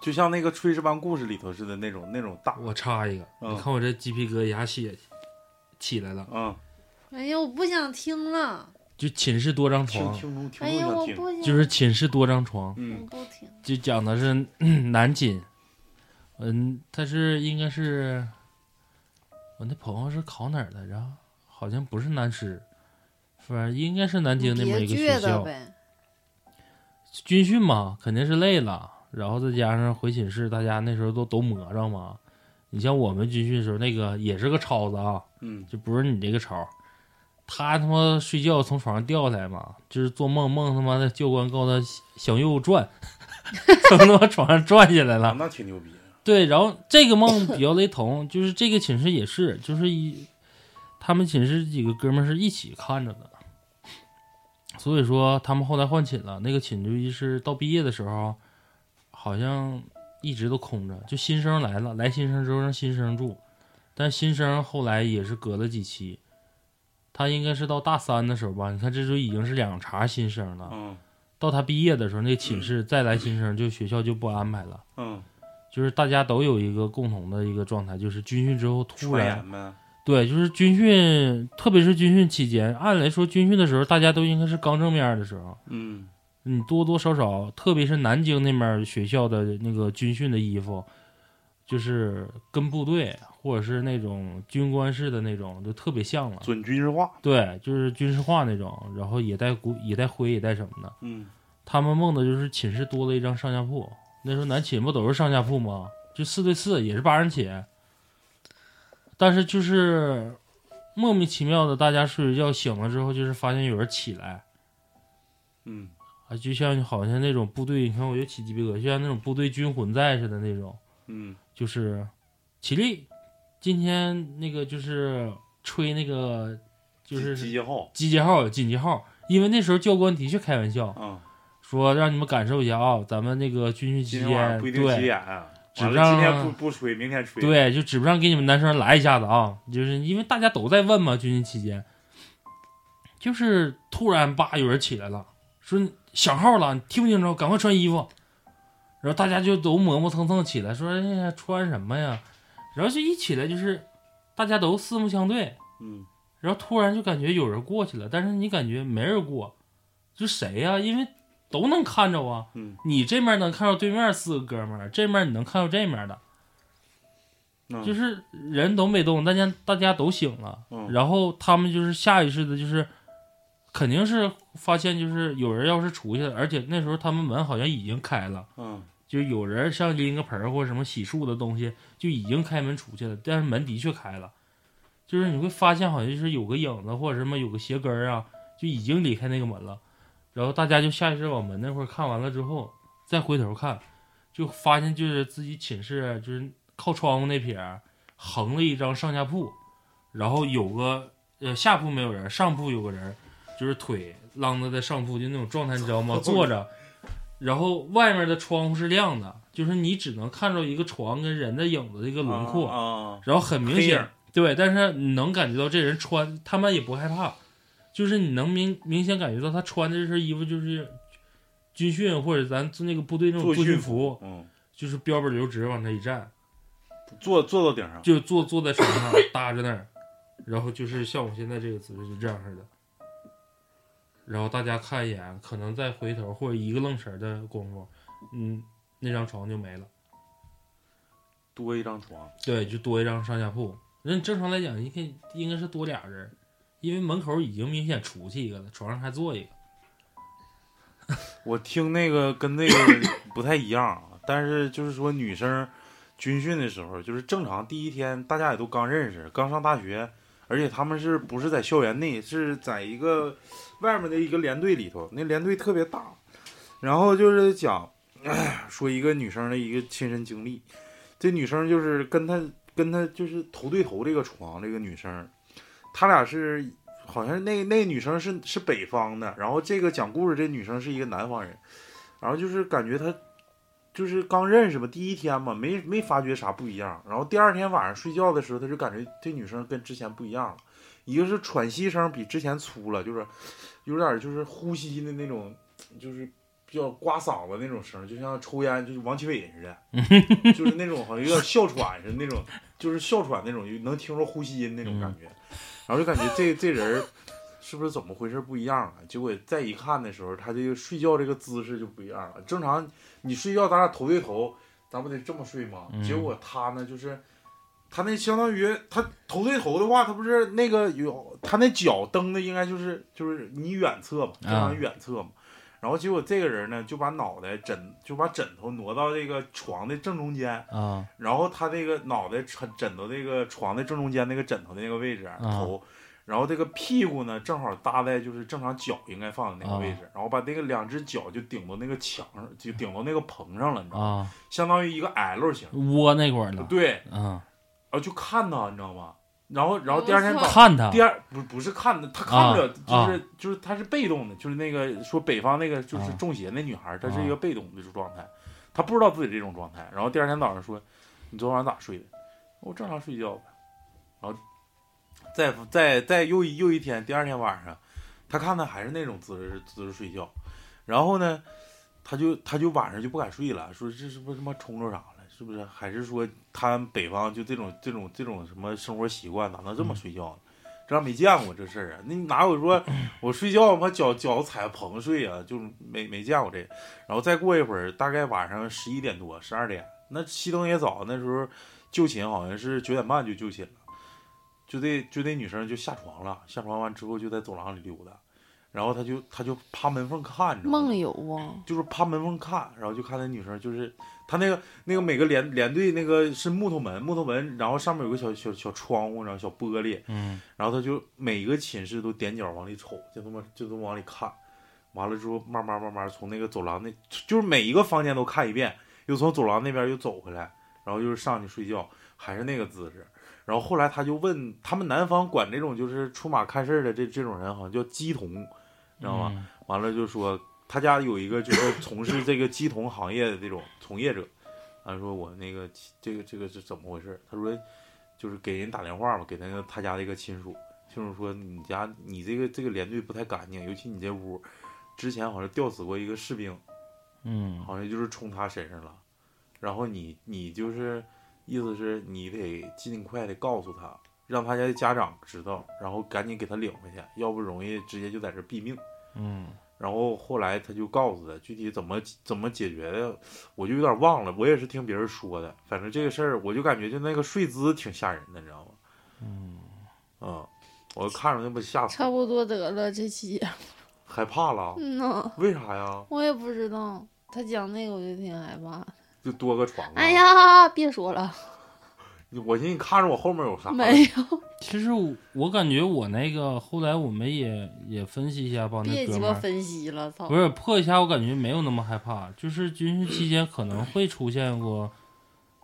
S2: 就像那个《炊事班故事》里头似的那种那种大，
S1: 我插一个，
S2: 嗯
S1: 你看我这鸡皮疙瘩一下起起来了，
S2: 嗯，
S3: 哎呀，我不想听了，
S1: 就寝室多张
S2: 听
S1: 床，
S2: 听众听
S3: 哎
S2: 众
S3: 呀，
S2: 想
S3: 我
S2: 听，
S3: 不想，
S1: 就是寝室多张床，
S2: 嗯
S3: 我不听，
S1: 就讲的是嗯南锦，嗯，他是应该是我那朋友是考哪儿来着？好像不是南师，反正应该是南京那么一
S3: 别
S1: 个
S3: 倔
S1: 学
S3: 的
S1: 校。
S3: 呗，
S1: 军训嘛，肯定是累了，然后再加上回寝室，大家那时候都都魔怔嘛。你像我们军训的时候，那个也是个超子啊，
S2: 嗯
S1: 就不是你这个潮儿。他他妈睡觉从床上掉下来嘛，就是做梦梦他妈的教官告诉他向右转， [laughs] 从他妈床上转下来了
S2: 啊，。那挺牛逼，
S1: 对，然后这个梦比较雷同，就是这个寝室也是，就是一他们寝室几个哥们儿是一起看着的，所以说他们后来换寝了。那个寝就一是到毕业的时候，好像一直都空着，就新生来了，来新生之后让新生住，但新生后来也是隔了几期，他应该是到大三的时候吧，你看这就已经是两茬新生了。
S2: 嗯
S1: 到他毕业的时候，那个寝室再来新生，就学校就不安排了。
S2: 嗯，
S1: 就是大家都有一个共同的一个状态，就是军训之后突
S2: 传
S1: 然，
S2: 言呗，
S1: 对，就是军训，特别是军训期间，按来说军训的时候，大家都应该是刚正面的时候，
S2: 嗯
S1: 你多多少少，特别是南京那边学校的那个军训的衣服，就是跟部队或者是那种军官式的那种，就特别像了。
S2: 准军事化，
S1: 对，就是军事化那种，然后也带鼓，也带徽，也带什么的。
S2: 嗯
S1: 他们梦的就是寝室多了一张上下铺。那时候男寝不都是上下铺吗？就四对四，也是八人寝。但是就是莫名其妙的，大家睡着觉醒了之后，就是发现有人起来
S2: 嗯，
S1: 啊，就像好像那种部队，你看我就起鸡皮疙瘩，就像那种部队军魂在似的那种，
S2: 嗯
S1: 就是起立。今天那个就是吹那个就是
S2: 集结号，
S1: 集结号、紧急号，因为那时候教官的确开玩笑，
S2: 嗯，
S1: 说让你们感受一下啊、咱们那个军训期
S2: 今天晚
S1: 间
S2: 上，不一定几
S1: 对
S2: 点，
S1: 纸
S2: 完了今天
S1: 上
S2: 不不吹，明天吹，，
S1: 对，就指不上给你们男生来一下子啊，就是因为大家都在问嘛，军训期间，就是突然叭有人起来了，说你响号了，你听不清楚，赶快穿衣服，然后大家就都磨磨蹭蹭起来，说哎呀穿什么呀，然后就一起来就是大家都四目相对，
S2: 嗯
S1: 然后突然就感觉有人过去了，但是你感觉没人过，就谁呀、因为都能看着啊，
S2: 嗯
S1: 你这面能看到对面四个哥们儿，这面你能看到这面的，
S2: 嗯，
S1: 就是人都没动，大家大家都醒了，
S2: 嗯
S1: 然后他们就是下意识的，就是肯定是发现就是有人要是出去了，而且那时候他们门好像已经开了。
S2: 嗯
S1: 就是有人像拎个盆儿或者什么洗漱的东西，就已经开门出去了，但是门的确开了，就是你会发现好像就是有个影子或者什么有个鞋跟儿啊，就已经离开那个门了，然后大家就下意识往门那块儿看完了之后，再回头看，就发现就是自己寝室就是靠窗户那撇儿横了一张上下铺，然后有个呃下铺没有人，上铺有个人，就是腿啷着在上铺就那种状态，你知道吗？坐着。然后外面的窗户是亮的，就是你只能看着一个床跟人的影子的一个轮廓，
S2: 啊，啊
S1: 然后很明
S2: 黑影
S1: 显
S2: 儿，
S1: 对，但是你能感觉到这人穿，他们也不害怕，就是你能明明显感觉到他穿的这身衣服就是军训或者咱那个部队那种
S2: 作
S1: 军
S2: 训
S1: 服，
S2: 嗯，
S1: 就是标本留直往这一站，
S2: 坐坐到顶上，
S1: 就坐坐在床上搭着那儿，然后就是像我现在这个姿势就这样似的，然后大家看一眼，可能再回头或者一个愣神儿的功夫，嗯，那张床就没了。
S2: 多一张床，
S1: 对，就多一张上下铺。那正常来讲，应该应该是多俩人，因为门口已经明显出去一个了，床上还坐一个。
S2: 我听那个跟那个不太一样啊，但是就是说女生军训的时候，就是正常第一天大家也都刚认识，刚上大学，而且他们是不是在校园内，是在一个外面的一个连队里头，那连队特别大，然后就是讲哎说一个女生的一个亲身经历，这女生就是跟她跟她就是头对头这个床这个女生，她俩是好像那那女生是是北方的，然后这个讲故事这女生是一个南方人，然后就是感觉她就是刚认识嘛，第一天嘛，没没发觉啥不一样，然后第二天晚上睡觉的时候，她就感觉这女生跟之前不一样了，一个是喘息声比之前粗了，就是有点就是呼吸的那种，就是。比较刮嗓子那种声，就像抽烟，就是王奇伟似的，就是那种好像有点哮喘似的那种，就是哮喘那种，就能听着呼吸音那种
S1: 嗯
S2: 感觉。然后就感觉这这人儿是不是怎么回事不一样了？结果再一看的时候，他这个睡觉这个姿势就不一样了。正常你睡觉，咱俩头对头，咱不得这么睡吗？
S1: 嗯
S2: 结果他呢，就是他那相当于他头对头的话，他不是那个有他那脚蹬的应该就是就是你远侧嘛，
S1: 啊
S2: 正常远侧嘛。然后结果这个人呢，就把脑袋枕就把枕头挪到这个床的正中间，
S1: 啊
S2: 然后他这个脑袋枕枕头这个床的正中间那个枕头的那个位置、啊
S1: 嗯
S2: 头，然后这个屁股呢正好搭在就是正常脚应该放的那个位置，然后把那个两只脚就顶到那个墙上，就顶到那个棚上了，你知道吗？
S1: 啊，
S2: 相当于一个 L 型。
S1: 窝那块儿呢。
S2: 对，
S1: 嗯，
S2: 然后就看他，你知道吗？然后然后第二天
S3: 我
S2: 早
S3: 操
S1: 看他
S2: 第二不不是看的，他看不了，
S1: 啊
S2: 就是、就是他是被动的，就是那个说北方那个就是
S1: 啊
S2: 中邪那女孩儿，她是一个被动的这种状态，她不知道自己这种状态。然后第二天早上说，你昨晚咋睡的？我正常睡觉呗。然后再再再又一又一天，第二天晚上，他看她还是那种姿势姿势睡觉，然后呢，他就他就晚上就不敢睡了，说这是不是他妈冲着啥了？是不是？还是说他北方就这种这种这种什么生活习惯，咋能这么睡觉呢？这没见过这事儿啊！那你哪有说我睡觉把脚脚踩棚睡啊？就是没没见过这个。然后再过一会儿，大概晚上十一点多、十二点，那熄灯也早，那时候就寝好像是九点半就就寝了，就这就这女生就下床了，下床完之后就在走廊里溜达，然后她就她就趴门缝看，你知道吗
S3: 梦？游啊，
S2: 就是趴门缝看，然后就看那女生，就是她那个那个每个连连队那个是木头门，木头门，然后上面有个小小小窗户，然后小玻璃，
S1: 嗯
S2: 然后他就每个寝室都踮脚往里瞅，就他妈就都往里看，完了之后慢慢慢慢从那个走廊那，就是每一个房间都看一遍，又从走廊那边又走回来，然后就是上去睡觉，还是那个姿势。然后后来他就问他们南方管这种就是出马看事儿的这这种人好像叫鸡童，知道吗？
S1: 嗯
S2: 完了就说他家有一个就是 [coughs] 从事这个鸡童行业的这种从业者，他说我那个这个这个是怎么回事？他说就是给人打电话嘛，给那个他家的一个亲属，亲属说你家你这个这个连队不太干净，尤其你这屋之前好像吊死过一个士兵，
S1: 嗯
S2: 好像就是冲他身上了，然后你你就是意思是你得尽快的告诉他，让他家的家长知道，然后赶紧给他领回去，要不容易直接就在这毙命。
S1: 嗯
S2: 然后后来他就告诉他具体怎么怎么解决的，我就有点忘了，我也是听别人说的。反正这个事儿，我就感觉就那个睡姿挺吓人的，你知道吗？
S1: 嗯，
S2: 嗯，我看着那不吓死，
S3: 差不多得了，这期。 [laughs]
S2: 害怕了，
S3: 嗯呐，
S2: 为啥呀？
S3: 我也不知道。他讲那个我就挺害怕。
S2: 就多个床啊！
S3: 哎，呀，别说了，
S2: 我寻思你看着我后面有啥？
S3: 没有，
S1: 其实我我感觉我那个后来我们也也分析一下吧，那
S3: 别
S1: 哥
S3: 鸡
S1: 们
S3: 巴
S1: 儿
S3: 分析了，操
S1: 不！是破一下，我感觉没有那么害怕，就是军训期间可能会出现过，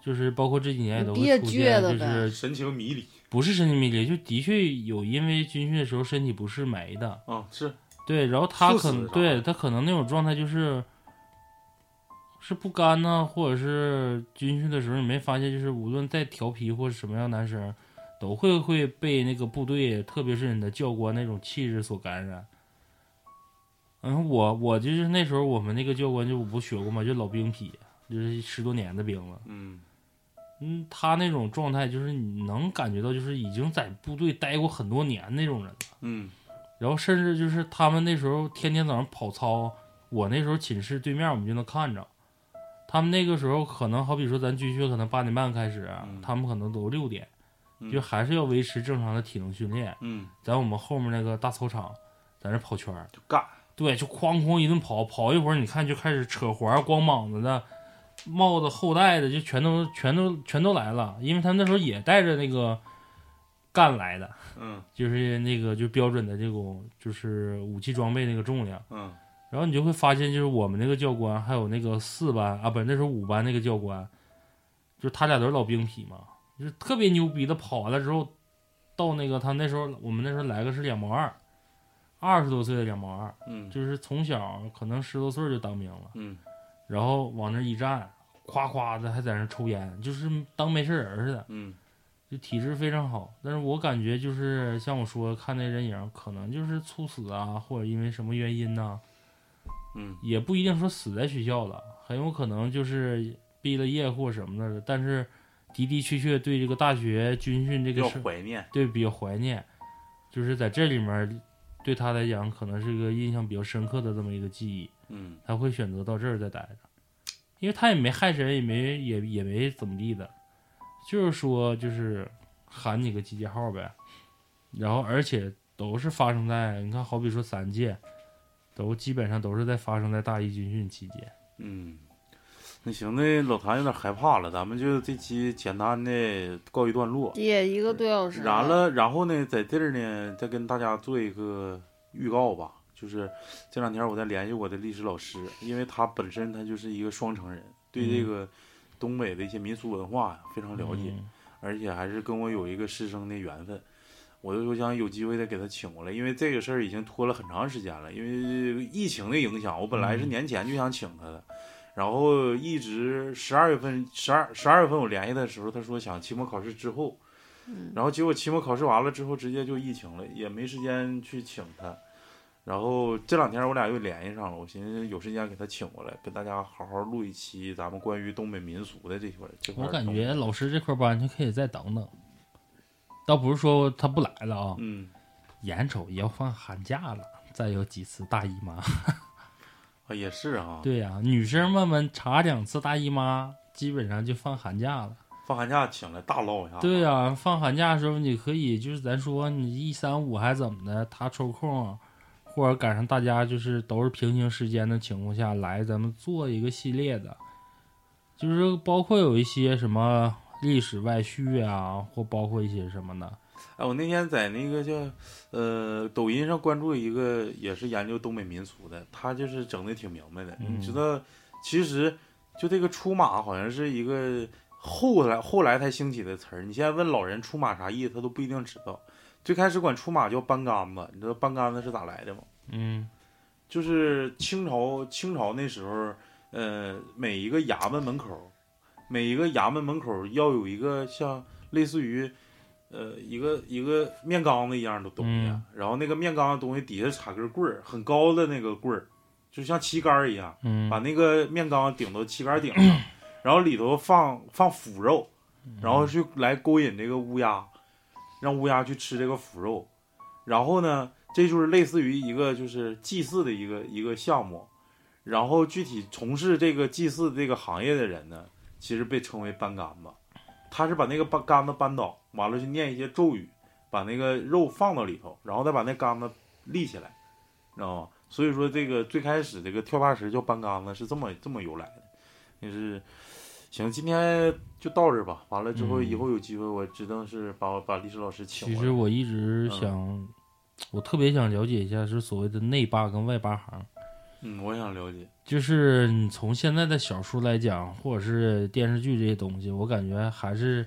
S1: 就是包括这几年也都
S3: 憋
S1: 会出
S3: 倔
S1: 现，
S3: 的
S1: 就
S3: 呗
S1: 是
S2: 神
S1: [laughs]
S2: 情迷离
S1: 不是身体迷离，就的确有因为军训的时候身体不适没的，
S2: 啊、是
S1: 对，然后他
S2: 猝
S1: 可
S2: 死
S1: 能
S2: 啥
S1: 对
S2: 的
S1: 他可能那种状态就是是不甘呐，或者是军训的时候，你没发现就是无论再调皮或者什么样的男生，都会会被那个部队，特别是你的教官那种气质所感染。然后我我就是那时候我们那个教官就我不学过嘛，就老兵痞，就是十多年的兵了。
S2: 嗯，
S1: 嗯，他那种状态就是你能感觉到，就是已经在部队待过很多年那种人。
S2: 嗯
S1: 然后甚至就是他们那时候天天早上跑操，我那时候寝室对面我们就能看着。他们那个时候可能好比说咱军训可能八点半开始，
S2: 嗯
S1: 他们可能都六点，
S2: 嗯
S1: 就还是要维持正常的体能训练，
S2: 嗯，
S1: 在我们后面那个大操场，在那跑圈儿，
S2: 就干，
S1: 对，就哐哐一顿跑，跑一会儿你看就开始扯环、光膀子的、帽子后带的，就全都全都全都来了，因为他们那时候也带着那个干来的，
S2: 嗯
S1: 就是那个就标准的这种就是武器装备那个重量。
S2: 嗯
S1: 然后你就会发现，就是我们那个教官，还有那个四班啊，不，那时候五班那个教官，就是他俩都是老兵痞嘛，就是特别牛逼的。跑完了之后，到那个他那时候我们那时候来个是两毛二，二十多岁的两毛二，
S2: 嗯
S1: 就是从小可能十多岁就当兵了，
S2: 嗯
S1: 然后往那儿一站，夸夸的还在那儿抽烟，就是当没事人似的，
S2: 嗯
S1: 就体质非常好。但是我感觉就是像我说看那人影，可能就是猝死啊，或者因为什么原因呐、
S2: 嗯
S1: 也不一定说死在学校了，很有可能就是毕了业或什么的。但是的的确确对这个大学军训这
S2: 比较
S1: 个事儿
S2: 怀念，
S1: 对比较怀念，就是在这里面对他来讲可能是一个印象比较深刻的这么一个记忆，
S2: 嗯
S1: 他会选择到这儿再待着，因为他也没害谁，也没也也没怎么地的，就是说就是喊你个集结号呗，然后而且都是发生在你看，好比说三届，都基本上都是在发生在大一军训期间。
S2: 嗯。那行，那老谭有点害怕了，咱们就这期简单的告一段落。
S3: 也一个多小时。
S2: 然，了，然后呢，在这儿呢，再跟大家做一个预告吧，就是这两天我在联系我的历史老师，因为他本身他就是一个双城人，对这
S1: 嗯
S2: 个东北的一些民俗文化呀非常了解，
S1: 嗯
S2: 而且还是跟我有一个师生的缘分。我就说想有机会再给他请过来，因为这个事儿已经拖了很长时间了，因为疫情的影响，我本来是
S1: 嗯
S2: 年前就想请他的，然后一直十二月份、十二十二月份我联系他的时候，他说想期末考试之后，
S3: 嗯
S2: 然后结果期末考试完了之后，直接就疫情了，也没时间去请他。然后这两天我俩又联系上了，我寻思有时间给他请过来，跟大家好好录一期咱们关于东北民俗的这块儿这块
S1: 我
S2: 儿
S1: 感
S2: 东西
S1: 觉老师这块班就可以再等等，倒不是说他不来了啊，
S2: 嗯，
S1: 眼瞅也要放寒假了，再有几次大姨妈。 [laughs]
S2: 啊也是啊，
S1: 对呀、女生们们查两次大姨妈，基本上就放寒假了。
S2: 放寒假请来大唠一下。
S1: 对呀、放寒假的时候你可以就是咱说你一三五还怎么的，他抽空啊，或者赶上大家就是都是平行时间的情况下来，咱们做一个系列的，就是包括有一些什么历史外叙啊，或包括一些什么的，
S2: 哎，我那天在那个叫呃抖音上关注一个，也是研究东北民俗的，他就是整的挺明白的。
S1: 嗯
S2: 你知道，其实就这个出马好像是一个后来后来才兴起的词儿。你现在问老人出马啥意思，他都不一定知道。最开始管出马叫搬杆子，你知道搬杆子是咋来的吗？
S1: 嗯
S2: 就是清朝清朝那时候，呃，每一个衙门门口，每一个衙门门口要有一个像类似于，呃，一个一个面缸子一样的东西，啊
S1: 嗯
S2: 然后那个面缸的东西底下插根棍儿，很高的那个棍儿，就像旗杆儿一样，
S1: 嗯
S2: 把那个面缸顶到旗杆顶上，然后里头放放腐肉，然后去来勾引这个乌鸦，让乌鸦去吃这个腐肉，然后呢，这就是类似于一个就是祭祀的一个一个项目，然后具体从事这个祭祀这个行业的人呢，其实被称为搬杆子，他是把那个搬杆子扳倒，完了去念一些咒语，把那个肉放到里头，然后再把那杆子立起来，知道吗？所以说这个最开始这个跳大石叫搬杆子是这么这么由来的，就是行，今天就到这儿吧。完了之后，
S1: 嗯
S2: 以后有机会我指定是把我把历史老师请
S1: 其
S2: 过
S1: 实
S2: 来。嗯
S1: 我一直想，我特别想了解一下是所谓的内八跟外八行。
S2: 嗯，我想了解。
S1: 就是你从现在的小说来讲，或者是电视剧这些东西，我感觉还是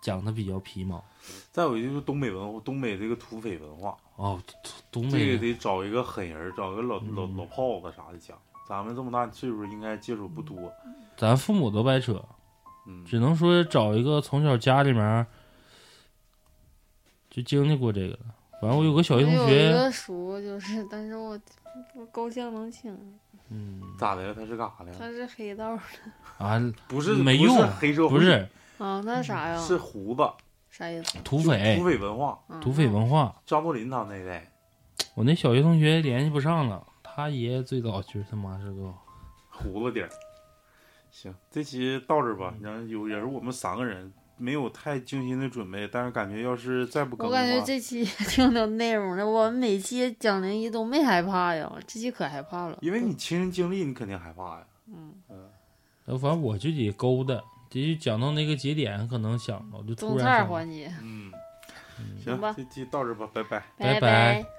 S1: 讲的比较皮毛。
S2: 再有就是东北文化，东北这个土匪文化，
S1: 哦，东
S2: 这
S1: 北
S2: 个得找一个狠人，找一个老老
S1: 嗯
S2: 老炮子啥的讲。咱们这么大岁数，应该接
S1: 嗯
S2: 触不多。
S1: 咱父母都白扯，
S2: 嗯
S1: 只能说找一个从小家里面就经历过这个的。完，我有个小
S3: 我
S1: 学同
S3: 哎有一
S1: 学，
S3: 个叔，就是，但是我我够呛能请，
S1: 嗯
S2: 咋的了？他是干啥的？
S3: 他是黑道儿
S1: 啊，
S2: 不是
S1: 没
S2: 不是
S1: 用
S2: 黑社会，
S1: 不是
S3: 啊，
S1: 嗯
S3: 那啥呀？
S2: 是胡子，
S3: 啥意思？
S1: 土
S2: 就
S1: 匪
S2: 土，匪文化，
S3: 啊
S1: 土匪文化。
S2: 张作霖他们那一代。
S1: 我那小学同学联系不上了，他爷爷最早就是他妈是个
S2: 嗯胡子底儿。行，这期到这儿吧。然后有也是我们三个人没有太精心的准备，但是感觉要是再不更
S3: 我
S2: 的
S3: 感觉
S2: 话，
S3: 这期也挺有内容的，我们每期讲灵异都没害怕呀，这期可害怕了。嗯
S2: 因为你亲身经历，你肯定害怕呀。
S1: 呃反正我就得勾搭，得讲到那个节点，可能想了，就突
S3: 种
S1: 然
S3: 菜儿
S1: 想到
S3: 环节，
S2: 嗯，
S3: 行吧
S2: 行，这期到这吧，拜拜。
S1: 拜拜
S3: 拜